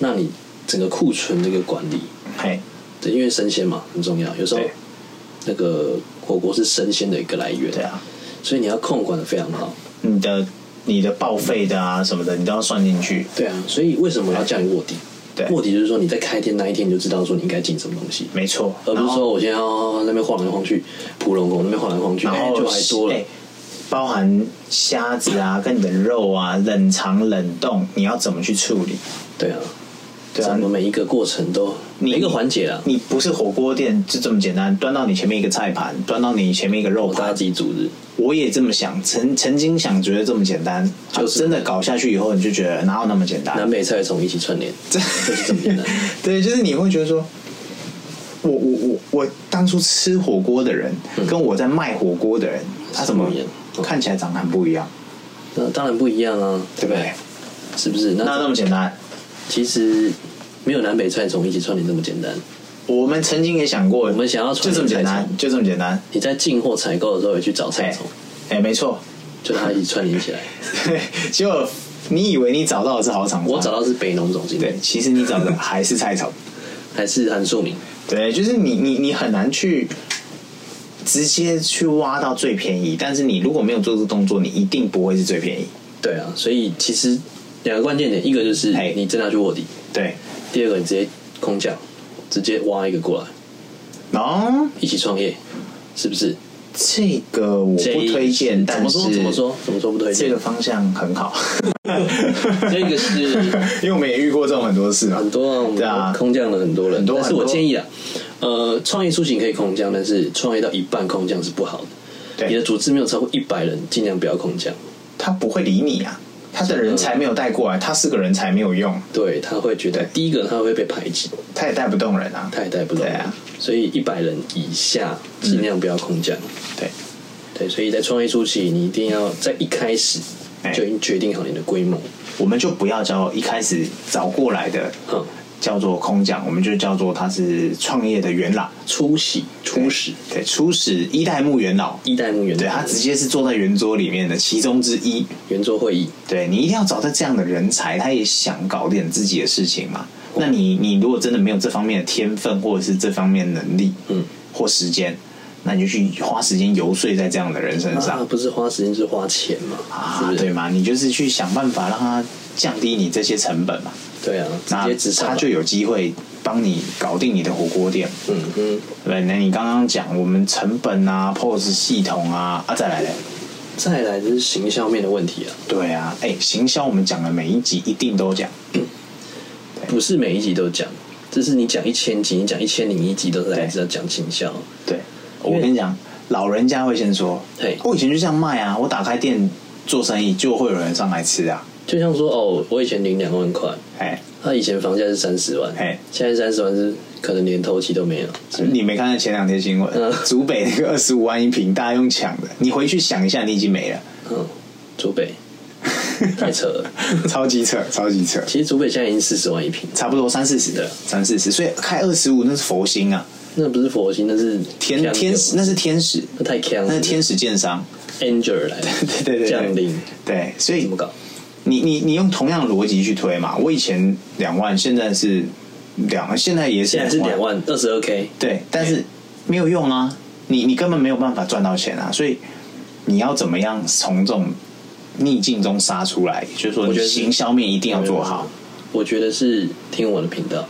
S1: 那你整个库存这个管理，
S2: 嘿
S1: 对，因为生鲜嘛很重要，有时候
S2: 对
S1: 那个火锅是生鲜的一个来源，
S2: 对，啊，
S1: 所以你要控管的非常好，
S2: 你的你的报废的啊什么的，你都要算进去。
S1: 对啊，所以为什么我要叫你卧底？
S2: 对
S1: 卧底就是说你在开店那一天你就知道说你应该进什么东西，
S2: 没错，
S1: 而不
S2: 然
S1: 是
S2: 后
S1: 说我现在要那边晃来晃去，普龙宫那边晃来晃去，
S2: 然
S1: 哎
S2: 后
S1: 就还多了，
S2: 哎包含虾子啊，跟你的肉啊，冷藏、冷冻，你要怎么去处理？
S1: 对啊，
S2: 对啊
S1: 整，个每一个过程都
S2: 你
S1: 每一个环节啊，
S2: 你不是火锅店就这么简单，端到你前面一个菜盘，端到你前面一个肉
S1: 我大家
S2: 盘
S1: 自，己组织，
S2: 我也这么想，曾曾经想觉得这么简单，
S1: 就
S2: 就是真的搞下去以后，你就觉得哪有那么简单？
S1: 南北菜从一起串联，就是啊这么简单，
S2: 对，就是你会觉得说，我我我我当初吃火锅的人，跟我在卖火锅的人，他怎么
S1: 嗯是不一样嗯
S2: 看起来长得很不一样，
S1: 那当然不一样啊，
S2: 对不对？
S1: 是不是？那
S2: 那那么简单？
S1: 其实没有南北菜从一起串联这么简单。
S2: 我们曾经也想过，我
S1: 们想要
S2: 就
S1: 传
S2: 这么简
S1: 菜
S2: 单
S1: 虫，
S2: 就这么简单。
S1: 你在进货采购的时候也去找菜
S2: 哎
S1: 虫，
S2: 哎，没错，
S1: 就它一起串联起 来。
S2: 结果你以为你找到的是好厂商，
S1: 我找到是北农总经理
S2: 对，，其实你找的还是菜草。
S1: 还是韩硕明？
S2: 对，就是你你你很难去直接去挖到最便宜，但是你如果没有做这个动作，你一定不会是最便宜。
S1: 对啊，哎所以其实两个关键点，一个就是
S2: 嘿
S1: 你真的要去卧底，
S2: 对，
S1: 第二个你直接空降，直接挖一个过来
S2: 哦，
S1: 一起创业，是不是？
S2: 这个我
S1: 这
S2: 不
S1: 一
S2: 推荐，
S1: 怎么
S2: 但是
S1: 说？怎么说？怎么说不推
S2: 这
S1: 荐
S2: 个？方向很好，
S1: 这个是
S2: 因为我们也遇过这种很多事嘛
S1: 很。多啊，我
S2: 对啊
S1: 们空降了很多人，
S2: 很多
S1: 但是我
S2: 很多
S1: 建议啊，呃，创业苏醒可以空降，但是创业到一半空降是不好的。你的
S2: 对，
S1: 组织没有超过一百人，尽量不要空降，
S2: 他不会理你啊，他的人才没有带过来，他是个人才没有用，
S1: 对他会觉得
S2: 对
S1: 第一个他会被排挤，
S2: 他也带不动人啊。
S1: 他也带不动
S2: 对啊，
S1: 所以一百人以下尽量不要空降。
S2: 对，
S1: 对，所以在创业初期，你一定要在一开始
S2: 哎
S1: 就已经决定好你的规模，
S2: 我们就不要叫一开始找过来的
S1: 嗯，
S2: 叫做空降，我们就叫做他是创业的元老。
S1: 初期初始
S2: 对，初始一代目元老，
S1: 一代目圆
S2: 对
S1: 桌，
S2: 他直接是坐在圆桌里面的其中之一。
S1: 圆桌会议，
S2: 对你一定要找到这样的人才，他也想搞点自己的事情嘛。那你你如果真的没有这方面的天分或者是这方面能力，
S1: 嗯，
S2: 或时间，那你就去花时间游说在这样的人身
S1: 啊
S2: 上，
S1: 不是花时间就是花钱嘛，是
S2: 啊
S1: 不，是？
S2: 对吗？你就是去想办法让他降低你这些成本嘛，
S1: 对啊，直
S2: 那
S1: 接直上吧，
S2: 他就有机会帮你搞定你的火锅店。
S1: 嗯嗯，
S2: 对，那你刚刚讲我们成本啊、POS 系统啊，啊，再来嘞。
S1: 再来就是行销面的问题啊，
S2: 对啊，哎、行销我们讲的每一集一定都讲，
S1: 不是每一集都讲，这是你讲一千集，你讲一千零一集都是来自要讲行销，
S2: 对我跟你讲，老人家会先说
S1: 嘿，
S2: 我以前就这样卖啊，我打开店做生意就会有人上来吃啊，
S1: 就像说哦，我以前领两万块，
S2: 哎、
S1: 他以前房价是三十万
S2: 哎，
S1: 现在三十万是可能连头期都没有，
S2: 你没看到前两天新闻，
S1: 嗯
S2: 竹北那个二十五万一平，大家用抢的，你回去想一下，你已经没了，
S1: 嗯，竹 北太扯了，
S2: 超级扯，超级扯，
S1: 其实竹北现在已经四十万一平，
S2: 差不多三四十
S1: 对
S2: 的，三四十，所以开二十五那是佛心啊，
S1: 那不是佛心，那是
S2: 天天使那是天使，
S1: 那太强了，
S2: 那是天使建商，
S1: angel 来的，
S2: 对对对
S1: 降临
S2: 对，所以
S1: 怎么搞？
S2: 你你你用同样的逻辑去推嘛？我以前两万，现在是两，现在也是
S1: 现在是两，万二十二 k，
S2: 对，但是没有用啊！你你根本没有办法赚到钱啊！所以你要怎么样从这种逆境中杀出来？也就是说，
S1: 我
S2: 你
S1: 觉得是
S2: 行销面一定要做好。
S1: 我觉得是听我的频道，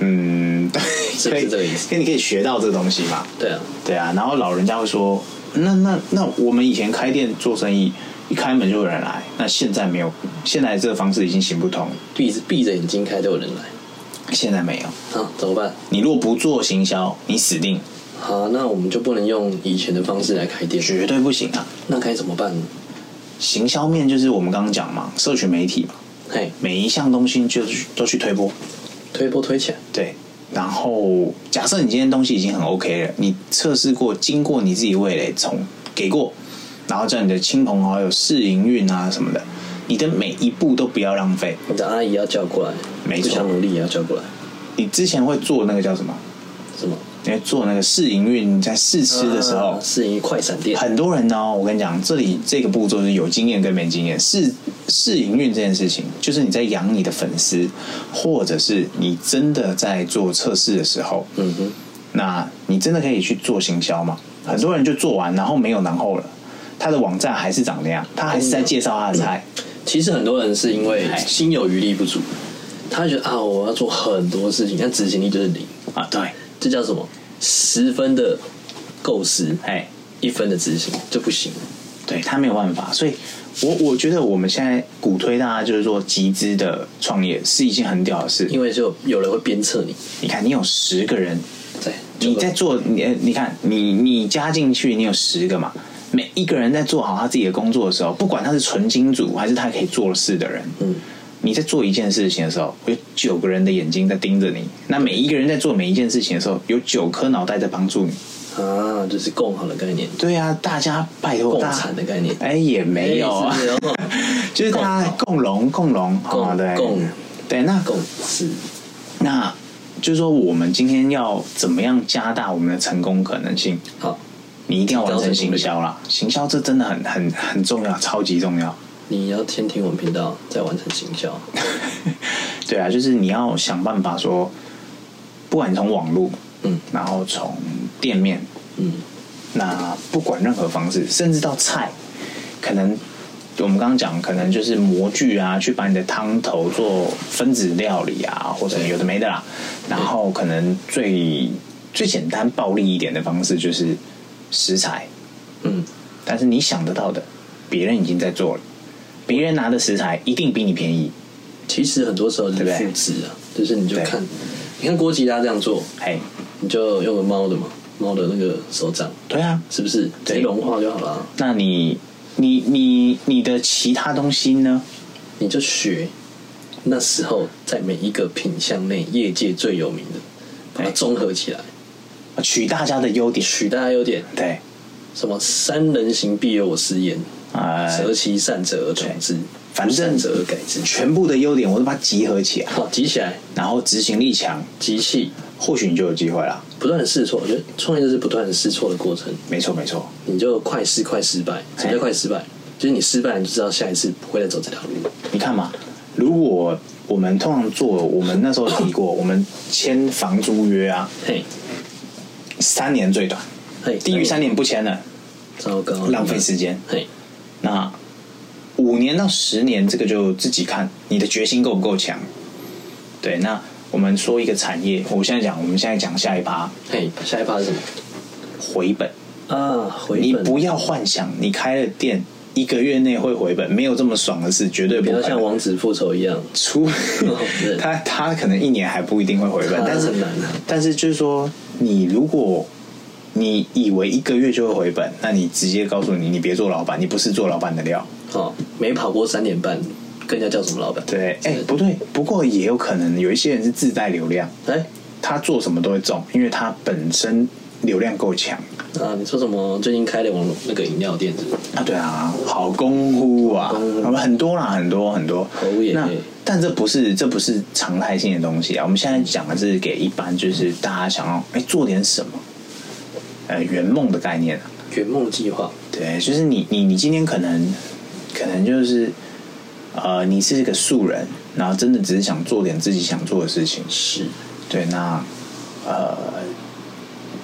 S2: 嗯，对，
S1: 是不是这个意思
S2: 因为你可以学到这个东西嘛。
S1: 对啊，
S2: 对啊，然后老人家会说，那那那我们以前开店做生意，一开门就有人来，那现在没有，现在这个方式已经行不通，
S1: 闭着闭着眼睛开都有人来，
S2: 现在没有。
S1: 啊，怎么办？
S2: 你若不做行销，你死定，
S1: 好，那我们就不能用以前的方式来开店，
S2: 绝对不行啊！
S1: 那该怎么办呢？
S2: 行销面就是我们刚刚讲嘛，社群媒体嘛，
S1: 嘿，
S2: 每一项东西就去都去推波，
S1: 推波推起来，
S2: 对。然后假设你今天东西已经很 OK 了，你测试过，经过你自己味蕾从给过，然后叫你的亲朋好友试营运啊什么的，你的每一步都不要浪费。
S1: 你的阿姨要叫过来，
S2: 没错
S1: 不想努力也要叫过来，
S2: 你之前会做那个叫什么？
S1: 什么？
S2: 你会做那个试营运，在试吃的时候，
S1: 啊是一快闪店，
S2: 很多人呢、我跟你讲，这里这个步骤是有经验跟没经验。试试营运这件事情，就是你在养你的粉丝，或者是你真的在做测试的时候，
S1: 嗯哼，
S2: 那你真的可以去做行销吗？很多人就做完，然后没有然后了，他的网站还是长那样，他还是在介绍他的菜。
S1: 其实很多人是因为
S2: 哎
S1: 心有余力不足，他觉得啊，我要做很多事情，但执行力就是零，
S2: 啊，对，
S1: 这叫什么？十分的构思，
S2: 哎，
S1: 一分的执行，这不行。
S2: 对他没有办法，所以我我觉得我们现在鼓推大家就是说集资的创业是一件很屌的事。
S1: 因为就有人会鞭策你，
S2: 你看，你有十个人
S1: 对，
S2: 你在做你呃你看你你加进去，你有十个嘛？每一个人在做好他自己的工作的时候，不管他是纯金主还是他可以做事的人，
S1: 嗯，
S2: 你在做一件事情的时候，有九个人的眼睛在盯着你。那每一个人在做每一件事情的时候，有九颗脑袋在帮助你。
S1: 啊，就是共好的概念，
S2: 对啊，大家拜托
S1: 共
S2: 大家
S1: 产的概念，
S2: 哎、也没有啊，
S1: 哎是 不是哦
S2: 就是大家共荣共荣
S1: 共
S2: 啊，对
S1: 共
S2: 对，那
S1: 共识，
S2: 那就是说我们今天要怎么样加大我们的成功可能性？
S1: 好，
S2: 你一定要完成行销啦，行销这真的很很很重要，超级重要。
S1: 你要先听我们频道，再完成行销。
S2: 对啊，就是你要想办法说，不管你从网络，
S1: 嗯
S2: 然后从店面，
S1: 嗯，
S2: 那不管任何方式，甚至到菜，可能我们刚刚讲，可能就是模具啊，去把你的汤头做分子料理啊，或者有的没的啦。然后可能最最简单暴力一点的方式就是食材，
S1: 嗯，
S2: 但是你想得到的，别人已经在做了，别人拿的食材一定比你便宜。
S1: 其实很多时候就是
S2: 对不对
S1: 复制啊，就是你就
S2: 对
S1: 看，你看郭吉拉这样做，
S2: 嘿，
S1: 你就用了猫的嘛，猫的那个手掌，
S2: 对啊，
S1: 是不是？直
S2: 对
S1: 接融化就好了啊，
S2: 那你你你你的其他东西呢？
S1: 你就学那时候在每一个品相内业界最有名的，把它
S2: 对
S1: 综合起来，
S2: 取大家的优点，
S1: 取大家优点，
S2: 对，
S1: 什么三人行必有我师焉，
S2: 啊、
S1: 择其善者而从之，
S2: 反
S1: 不善
S2: 正
S1: 者而改之。
S2: 全部的优点我都把它集合起来，
S1: 好，集起来，
S2: 然后执行力强，
S1: 集气，
S2: 或许你就有机会了。
S1: 不断的试错。我觉得创业就是不断的试错的过程，
S2: 没错，没错，
S1: 你就快试快失败。
S2: 哎
S1: 什么叫快失败？就是你失败，你就知道下一次不会再走这条路。
S2: 你看嘛，如果我们通常做，我们那时候提过，我们签房租约啊，
S1: 嘿，
S2: 三年最短，
S1: 嘿，
S2: 低于三年不签了，
S1: 糟糕，
S2: 浪费时间。
S1: 嘿，
S2: 那五年到十年，这个就自己看你的决心够不够强。对，那我们说一个产业，我现在讲，我们现在讲下一趴
S1: 嘿，下一趴是什么？
S2: 回本。
S1: 啊，回
S2: 你
S1: 本。
S2: 不要幻想你开了店一个月内会回本，没有这么爽的事，绝对
S1: 不
S2: 不
S1: 要
S2: 可
S1: 像
S2: 能。
S1: 王子复仇一样，
S2: 出
S1: 对
S2: 他他可能一年还不一定会回 本，
S1: 他
S2: 但是
S1: 很难啊
S2: 但是就是说，你如果你以为一个月就会回本，那你直接告诉你，你别做老板，你不是做老板的料。
S1: 哦，没跑过三点半，更加叫什么老板？，
S2: 对，哎、不对，不过也有可能有一些人是自带流量，
S1: 哎，
S2: 他做什么都会中，因为他本身流量够强
S1: 啊，你说什么？最近开的网那个饮料店子，
S2: 啊。对啊，好功夫啊，
S1: 功夫
S2: 我们很多啦，很多很多。
S1: 哦也
S2: 那
S1: 对
S2: 但这不是这不是常态性的东西啊。我们现在讲的是给一般就是大家想要哎、做点什么，呃圆梦的概念啊。
S1: 圆梦计划，
S2: 对，就是你你你今天可能可能就是呃你是一个素人，然后真的只是想做点自己想做的事情。
S1: 是
S2: 对，那呃，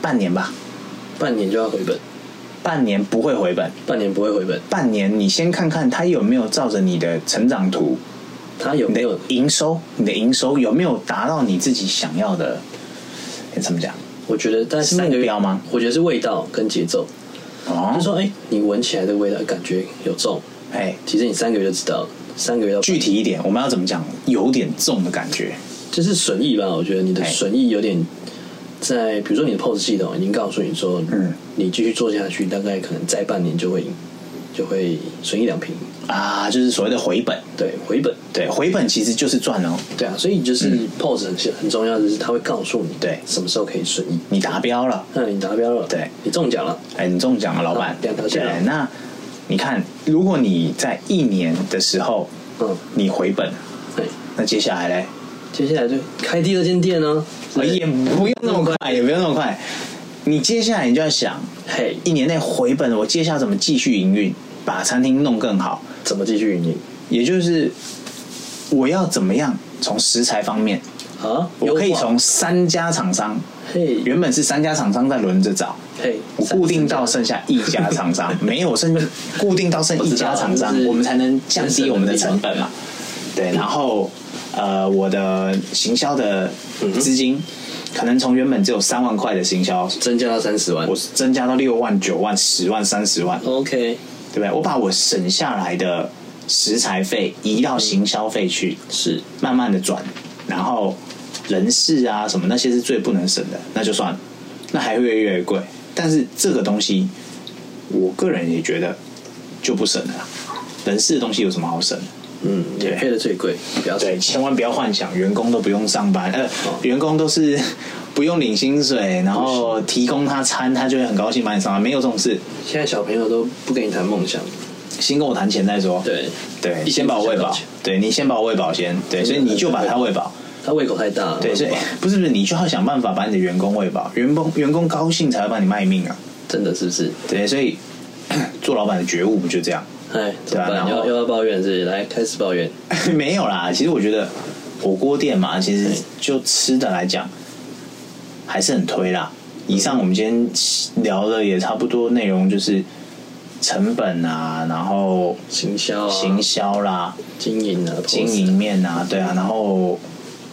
S2: 半年吧，
S1: 半年就要回本，
S2: 半年不会回本，
S1: 半年不会回本，
S2: 半年你先看看它有没有照着你的成长图，
S1: 他有
S2: 你
S1: 没
S2: 的
S1: 有？
S2: 营收，你的营收有没有达到你自己想要的？诶怎么讲？
S1: 我觉得但
S2: 是
S1: 三个
S2: 目
S1: 月
S2: 标吗？
S1: 我觉得是味道跟节奏，
S2: 哦
S1: 就，说哎、你闻起来的味道感觉有重，
S2: 哎，
S1: 其实你三个月就知道了，三个月要
S2: 具体一点，我们要怎么讲？有点重的感觉，
S1: 就是损益吧，我觉得你的
S2: 哎
S1: 损益有点在，比如说你的 POS 系统已经告诉你说，
S2: 嗯，
S1: 你继续做下去，大概可能再半年就会就会损益两平，
S2: 啊，就是所谓的回本。
S1: 对，回本，
S2: 对，回本其实就是赚哦，
S1: 对啊，所以就是 POS 很很重要，就是它会告诉你，
S2: 嗯对
S1: 什么时候可以损益，
S2: 你达标了。
S1: 那你达标了，
S2: 对
S1: 你中奖了，
S2: 哎，你中奖了，老板
S1: 啊。两条线
S2: 对
S1: 了，
S2: 那你看，如果你在一年的时候
S1: 嗯，
S2: 你回本，
S1: 对，
S2: 那接下来嘞？
S1: 接下来就开第二间店呢、
S2: 哎也不用那么快，也不用那么快。你接下来你就要想，
S1: 嘿，
S2: 一年内回本，我接下来怎么继续营运，把餐厅弄更好？
S1: 怎么继续运营
S2: 也就是我要怎么样从食材方面，
S1: 啊？
S2: 我可以
S1: 优化
S2: 从三家厂商，
S1: 嘿
S2: 原本是三家厂商在轮着找，
S1: 嘿，
S2: 我固定到剩下一家厂商，没有剩固定到剩一家厂商
S1: 我知，道
S2: 我们才能降低我们的成本嘛。对，然后呃，我的行销的资金可能从原本只有三万块的行销，
S1: 增加到三十万
S2: 我增加到六万、九万、十万、三十万，对
S1: ，OK，
S2: 不对？我把我省下来的食材费移到行销费去，
S1: 是
S2: 慢慢的转，然后人事啊什么那些是最不能省的，那就算了，那还会越来越贵。但是这个东西，我个人也觉得就不省了啦。人事的东西有什么好省的？
S1: 嗯，
S2: 对
S1: 也配的最贵，不要
S2: 对，千万不要幻想员工都不用上班，呃，员工都是不用领薪水，然后提供他餐，他就会很高兴把你上班，没有这种事。
S1: 现在小朋友都不跟你谈梦想，
S2: 先跟我谈钱再说。
S1: 对
S2: 对，
S1: 一
S2: 先把我喂饱
S1: 先。
S2: 对你先把我喂饱先，对，所以你就把他喂饱。
S1: 他胃口太大了，
S2: 对，所以不是不是，你就要想办法把你的员工喂饱，员工员工高兴才会帮你卖命啊。
S1: 真的是不是？
S2: 对，所以 做老板的觉悟不就这样？
S1: 哎，怎么
S2: 对啊
S1: 办？
S2: 然后
S1: 又又要抱怨是不是？来开始抱怨。
S2: 没有啦，其实我觉得火锅店嘛，其实就吃的来讲，还是很推啦。以上我们今天聊的也差不多内容就是成本啊，然后
S1: 行销啊，
S2: 行销啦、
S1: 经营啊，
S2: 经
S1: post
S2: 营面啊，对啊，然后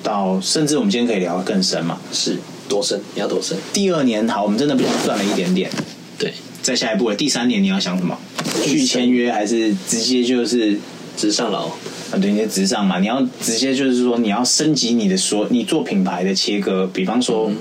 S2: 到甚至我们今天可以聊得更深嘛。
S1: 是多深，你要多深？
S2: 第二年好，我们真的不小心赚了一点点，
S1: 对，
S2: 再下一步了。第三年你要想什么？续签约还是直接就是
S1: 直上老，
S2: 啊，对，你的直上嘛，你要直接就是说，你要升级你的所，你做品牌的切割，比方说，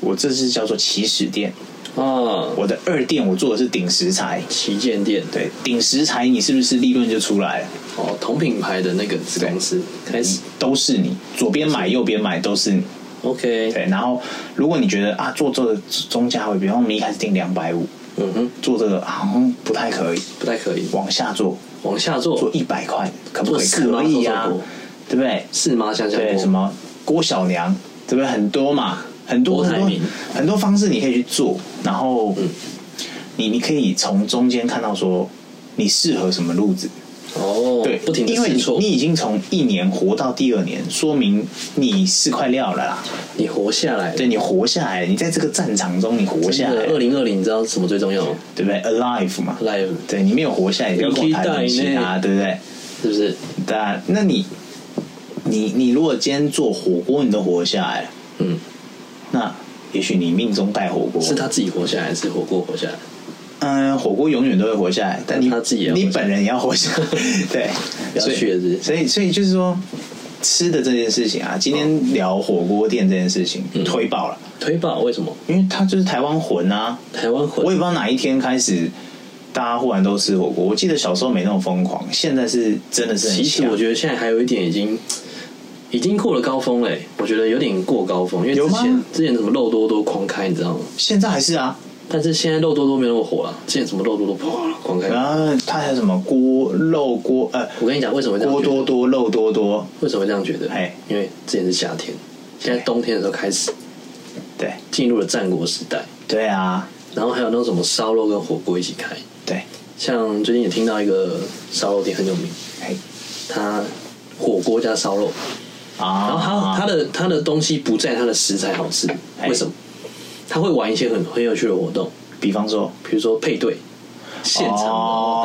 S2: 我这是叫做起始店，
S1: 哦，
S2: 我的二店我做的是顶食材，
S1: 旗舰店，
S2: 对，顶食材你是不是利润就出来了？
S1: 哦，同品牌的那个子公司开始
S2: 都是你，左边买右边买都是你，
S1: ，OK，
S2: 对。然后如果你觉得啊，做这个中价位，比方我们一开始定两百五，
S1: 嗯哼，
S2: 做这个好像不太可以，
S1: 不太可以，
S2: 往下做，
S1: 往下
S2: 做
S1: 做
S2: 一百块，可不可以？
S1: 做四吗
S2: 可以呀、
S1: 做做多
S2: 对不对？
S1: 是吗？想想
S2: 对，什么郭小娘，对不对？很多嘛，很多
S1: 郭
S2: 很
S1: 台
S2: 多
S1: 铭
S2: 很多方式你可以去做，然后、
S1: 嗯
S2: 你你可以从中间看到说你适合什么路子。
S1: 哦，
S2: 对，
S1: 不停的
S2: 因为
S1: 试
S2: 你
S1: 错
S2: 你，已经从一年活到第二年，说明你是块料了啦。
S1: 你活下来了，
S2: 对你活下来，你在这个战场中你活下来，
S1: 二零二零，你知道什么最重要吗
S2: 对不对？Alive 嘛，
S1: ？Live
S2: 对你没有活下来，你就跟我谈东西啊，对不对？
S1: 是不是？
S2: 对啊，那你你你如果今天做火锅，你都活下来了。
S1: 嗯，
S2: 那也许你命中带火锅，
S1: 是他自己活下来，还是火锅活下来？
S2: 嗯，火锅永远都会活下来，但你
S1: 他自己也要活下
S2: 你
S1: 来
S2: 本人也要活下来， 对，
S1: 不要去了是不是
S2: 所以所以所以就是说，吃的这件事情啊，今天聊火锅店这件事情、
S1: 嗯
S2: 推爆了，
S1: 推爆为什么？
S2: 因为它就是台湾魂啊，
S1: 台湾
S2: 我也
S1: 魂
S2: 不知道哪一天开始。大家忽然都吃火锅，我记得小时候没那么疯狂，现在是真的是很
S1: 其实
S2: 强
S1: 我觉得现在还有一点已经已经过了高峰嘞、我觉得有点过高峰，因为
S2: 有
S1: 之
S2: 吗
S1: 前之前什么肉多多狂开，你知道吗？
S2: 现在还是啊，
S1: 但是现在肉多多没有那么火了，之前什么肉多多哇狂开。
S2: 然后它还有什么锅肉锅呃
S1: 我跟你讲，为什么会这样
S2: 锅
S1: 觉得？
S2: 多多肉多多，
S1: 为什么会这样觉得？
S2: 哎
S1: 因为之前是夏天，现在冬天的时候开始
S2: 对
S1: 进入了战国时代，
S2: 对啊
S1: 然后还有那种什么烧肉跟火锅一起开。
S2: 对，
S1: 像最近也听到一个烧肉店很有名，
S2: 嘿
S1: 它火锅加烧肉，
S2: 啊，
S1: 然后它它
S2: 的
S1: 的它的东西不在它的食材好吃，
S2: 哎
S1: 为什么？它会玩一些很很有趣的活动，
S2: 比方说
S1: 比如说配对，现场的
S2: 哦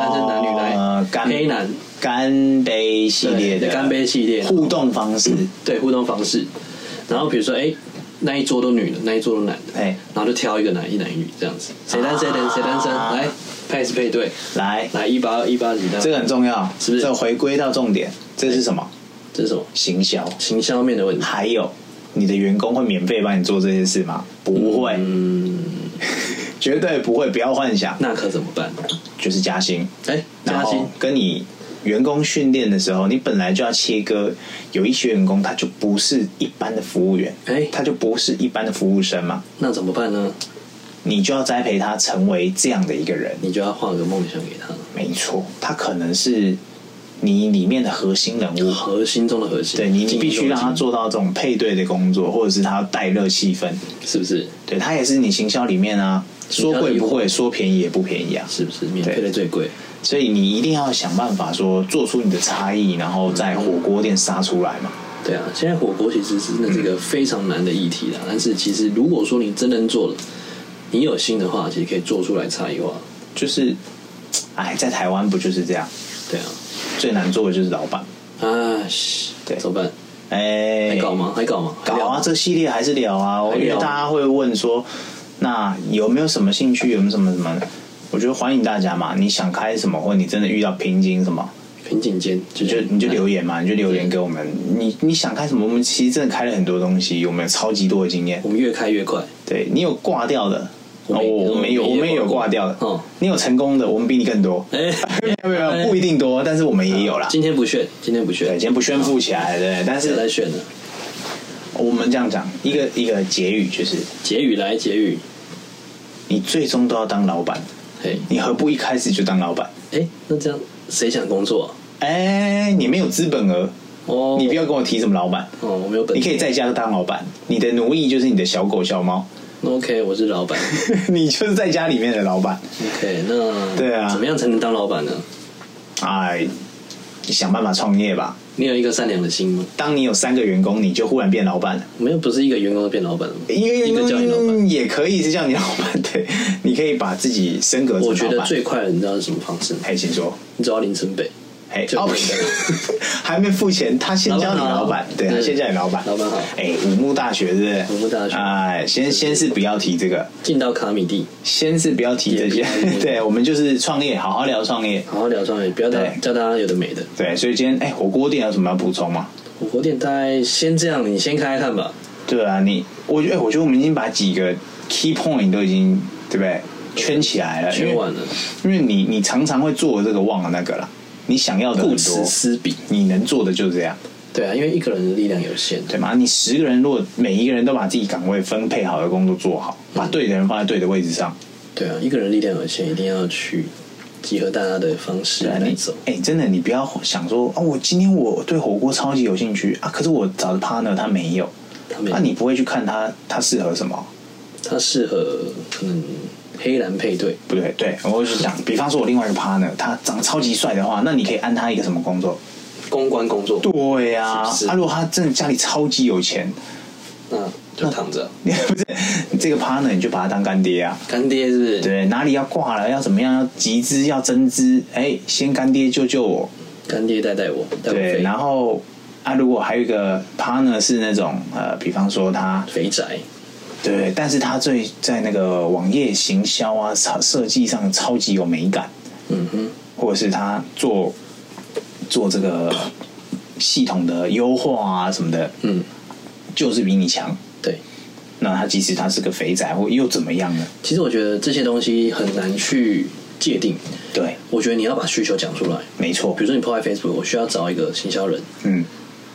S1: 哦单身男女
S2: 呃
S1: 来，
S2: 干
S1: 黑男
S2: 干杯系列
S1: 对
S2: 的
S1: 干杯系列嗯
S2: 互动方式，
S1: 对互动方式，然后比如说哎那一桌都女的，那一桌都男的，
S2: 哎，
S1: 然后就挑一个男一男一女这样子，谁单身谁单身
S2: 啊
S1: 来配是配对，
S2: 来，
S1: 来一八一八几这
S2: 这
S1: 样，
S2: 个很重要，
S1: 是不是
S2: 这回归到重点，这是什么？
S1: 这是什么？
S2: 行销，
S1: 行销面的问题。
S2: 还有你的员工会免费帮你做这些事吗？不会，
S1: 嗯，
S2: 绝对不会，不要幻想，
S1: 那可怎么办？
S2: 就是加薪，
S1: 哎，
S2: 然
S1: 加薪
S2: 后跟你。员工训练的时候，你本来就要切割，有一些员工他就不是一般的服务员，
S1: 哎
S2: 他就不是一般的服务生嘛，
S1: 那怎么办呢？
S2: 你就要栽培他成为这样的一个人。
S1: 你就要画个梦想给他，
S2: 没错，他可能是你里面的核心人物。
S1: 核心中的核心。
S2: 对你，你
S1: 竞争
S2: 必须让他
S1: 中
S2: 做到这种配对的工作，或者是他要带热气氛。
S1: 的竞争，是不是？
S2: 对他也是你行销里面啊，
S1: 销
S2: 说
S1: 里
S2: 贵不贵，说便宜也不便宜啊。
S1: 是不是免费
S2: 对
S1: 的最贵？
S2: 所以你一定要想办法说做出你的差异，然后在火锅店杀出来嘛。
S1: 对啊，现在火锅其实真的是一个非常难的议题啦。但是其实如果说你真能做了，你有心的话，其实可以做出来差异化。
S2: 就是，哎，在台湾不就是这样？
S1: 对啊，
S2: 最难做的就是老板。
S1: 啊，嘘
S2: 对
S1: 怎么办？
S2: 哎，
S1: 还搞吗？还搞吗？还
S2: 搞
S1: 聊
S2: 啊，
S1: 吗
S2: 这系列还是聊啊，我
S1: 还聊
S2: 因为大家会问说，那有没有什么兴趣，有没有什么什么？我觉得欢迎大家嘛，你想开什么，或者你真的遇到瓶颈什么，
S1: 瓶颈间就
S2: 你就你就留言嘛，你就留言给我们。你你想开什么？我们其实真的开了很多东西，我们有超级多的经验
S1: 我。们越开越快。
S2: 对你有挂掉的，哦我没有，我们也有挂掉的。
S1: 哦，
S2: 你有成功的，我们比你更多。
S1: 哎，
S2: 没有没有，不一定多，但是我们也 有啦。
S1: 今天不炫，今天不
S2: 对，
S1: 炫
S2: 今，天不炫富起来，对，但
S1: 谁
S2: 是
S1: 来炫呢？
S2: 我们这样讲，一个一个结语就是，
S1: 结语来结语，
S2: 你最终都要当老板。
S1: 嘿，
S2: 你何不一开始就当老板？
S1: 哎，那这样谁想工作啊？
S2: 哎、你没有资本额，
S1: 哦，
S2: 你不要跟我提什么老板，
S1: 哦，我没有本，
S2: 你可以在家当老板，你的奴役就是你的小狗小猫，
S1: 那 OK，我是老板。
S2: 你就是在家里面的老板，
S1: OK，那
S2: 对啊
S1: 怎么样才能当老板呢？
S2: 哎，你想办法创业吧。
S1: 你有一个善良的心吗？
S2: 当你有三个员工，你就忽然变老板了。
S1: 没有，不是一个员工就变老板了吗？
S2: 因为嗯
S1: 一个叫你老板。
S2: 也可以是叫你老板，对，你可以把自己升格成
S1: 我觉
S2: 老
S1: 得
S2: 板
S1: 最快的，你知道是什么方式吗？
S2: 哎，请说，
S1: 你找到林森北，
S2: 哎，
S1: 就
S2: 哦
S1: 可以了，
S2: 还没付钱，他先叫你老
S1: 老板，
S2: 板对，他
S1: 哦对
S2: 先叫你老板，
S1: 老板好
S2: 哎，五木大学是不是？
S1: 武木大学
S2: 哎，先先是不要提这个，
S1: 进到卡米蒂，
S2: 先是不要提这些
S1: 也不要，
S2: 对我们就是创业，好好聊创业。
S1: 好好聊创业，不要再
S2: 对
S1: 叫大家有的没的。
S2: 对，所以今天哎，火锅店有什么要补充吗？
S1: 火锅店大概先这样，你先开看吧。
S2: 对啊，你我觉得，哎我觉得我们已经把几个 key point 都已经对不对圈起来了，
S1: 全完
S2: 了，
S1: 了，
S2: 因为你你常常会做这个忘了那个了，你想要的很
S1: 顾
S2: 多
S1: 此，失彼。
S2: 你能做的就是这样，
S1: 对啊，因为一个人的力量有限。
S2: 对吗？你十个人，如果每一个人都把自己岗位分配好的工作做好，
S1: 嗯
S2: 把对的人放在对的位置上，
S1: 对啊，一个人力量有限，一定要去集合大家的方式
S2: 对啊，
S1: 来
S2: 你
S1: 走。
S2: 哎、真的，你不要想说哦，我今天我对火锅超级有兴趣啊，可是我找的 partner 他没有，
S1: 他
S2: 那、
S1: 们
S2: 你不会去看他他适合什么？
S1: 他适合可能黑蓝配对，
S2: 不对，对我是想，比方说我另外一个 partner，他长得超级帅的话，那你可以安他一个什么工作？
S1: 公关工作，
S2: 对呀、啊，
S1: 是不是
S2: 如果他真的家里超级有钱，
S1: 那就躺着。
S2: 你不是你这个 partner 你就把他当干爹啊？
S1: 干爹是不是？
S2: 对，哪里要挂了，要怎么样，要集资，要增资，哎，先干爹救救我。
S1: 干爹带带我，带我
S2: 对，
S1: 飞
S2: 然后啊，如果还有一个 partner 是那种呃，比方说他
S1: 肥宅，
S2: 对，但是他最在那个网页行销啊、设设计上超级有美感，
S1: 嗯哼，
S2: 或者是他做做这个系统的优化啊什么的，
S1: 嗯，
S2: 就是比你强。
S1: 对。
S2: 那他即使他是个肥宅，或又怎么样呢？
S1: 其实我觉得这些东西很难去界定，
S2: 对，
S1: 我觉得你要把需求讲出来。
S2: 没错
S1: 比，如说你抛在 Facebook，我需要找一个行销人
S2: 嗯，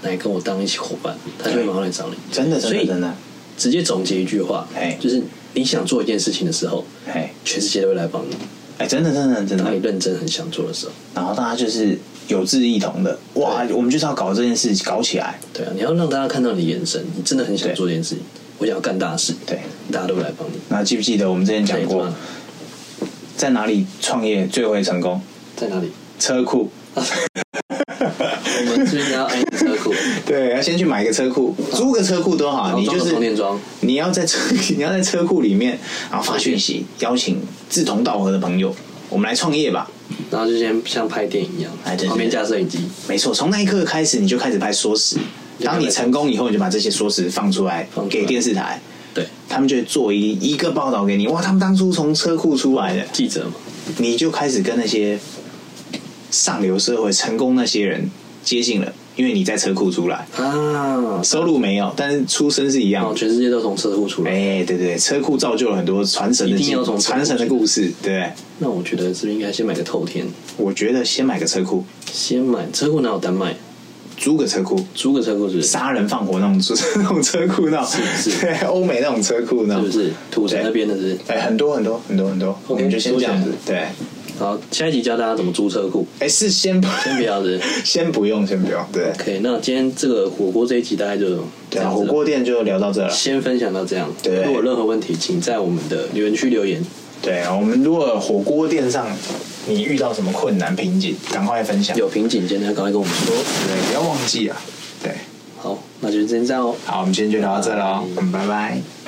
S1: 来跟我当一起伙伴，他就会马上来找你。
S2: 真的，真
S1: 所
S2: 的，
S1: 以
S2: 真的，
S1: 直接总结一句话
S2: 哎，
S1: 就是你想做一件事情的时候，
S2: 哎
S1: 全世界都会来帮你。
S2: 哎，真的，真的，真
S1: 当你
S2: 的。
S1: 认真很想做的时候，
S2: 然后大家就是有志一同的，哇，我们就是要搞这件事，搞起来。
S1: 对啊，你要让大家看到你的眼神，你真的很想做这件事情，我想要干大事，
S2: 对，
S1: 大家都会来帮你。
S2: 那记不记得我们之前讲
S1: 对
S2: 过
S1: 吧，
S2: 在哪里创业最会成功？
S1: 在哪里？
S2: 车库。
S1: 我们这边要安一 车库，
S2: 对，要先去买一个车库，租个车库多好。
S1: 后
S2: 你就
S1: 装个
S2: 是
S1: 充电桩
S2: 你要在车 你要在车库里面，然后发讯息，邀请志同道合的朋友，我们来创业吧。
S1: 然后就先像拍电影一样，
S2: 哎对对
S1: 旁边架摄影机，
S2: 没错，从那一刻开始，你就开始拍缩时。
S1: 就
S2: 当你成功以后，你就把这些缩时放出来
S1: 放出来
S2: 给电视台，
S1: 对，
S2: 他们就会做一一个报道给你。哇，他们当初从车库出来的，
S1: 记者嘛，
S2: 你就开始跟那些上流社会成功那些人接近了，因为你在车库出来，
S1: 啊，
S2: 收入没有，但是出身是一样
S1: 然啊
S2: 的
S1: 后。全世界都从车库出来。
S2: 哎、对对，车库造就了很多传神的
S1: 一定要
S2: 故
S1: 从车库
S2: 传神的故事。对，
S1: 那我觉得是不是应该先买个透天？
S2: 我觉得先买个车库，
S1: 先买车库哪有单卖？
S2: 租个车库，
S1: 租个车库是不是？
S2: 杀人放火那种车 那种车库，那种
S1: 是是
S2: 对欧美那种车库那
S1: 是
S2: 种，
S1: 不是？土城那边的是不是？
S2: 哎、很多很多很多很多，我们就先这样子
S1: 租。
S2: 对，哎、
S1: 好，下一集教大家怎么租车库，
S2: 是先不
S1: 先不要是不是
S2: 先不用，先不用。对，
S1: OK，那今天这个火锅这一集大概就这
S2: 对啊，
S1: 样子
S2: 火
S1: 了
S2: 锅店就聊到这了。
S1: 先分享到这样。
S2: 对
S1: 如果有任何问题，请在我们的留言区留言。
S2: 对，啊我们如果火锅店上你遇到什么困难瓶颈，赶快分享。
S1: 有瓶颈，今天赶快跟我们说。
S2: 对，不要忘记啊。对，
S1: 好，那就先这样哦。
S2: 好，我们今天就聊到这了哦，
S1: 拜拜
S2: 嗯，拜拜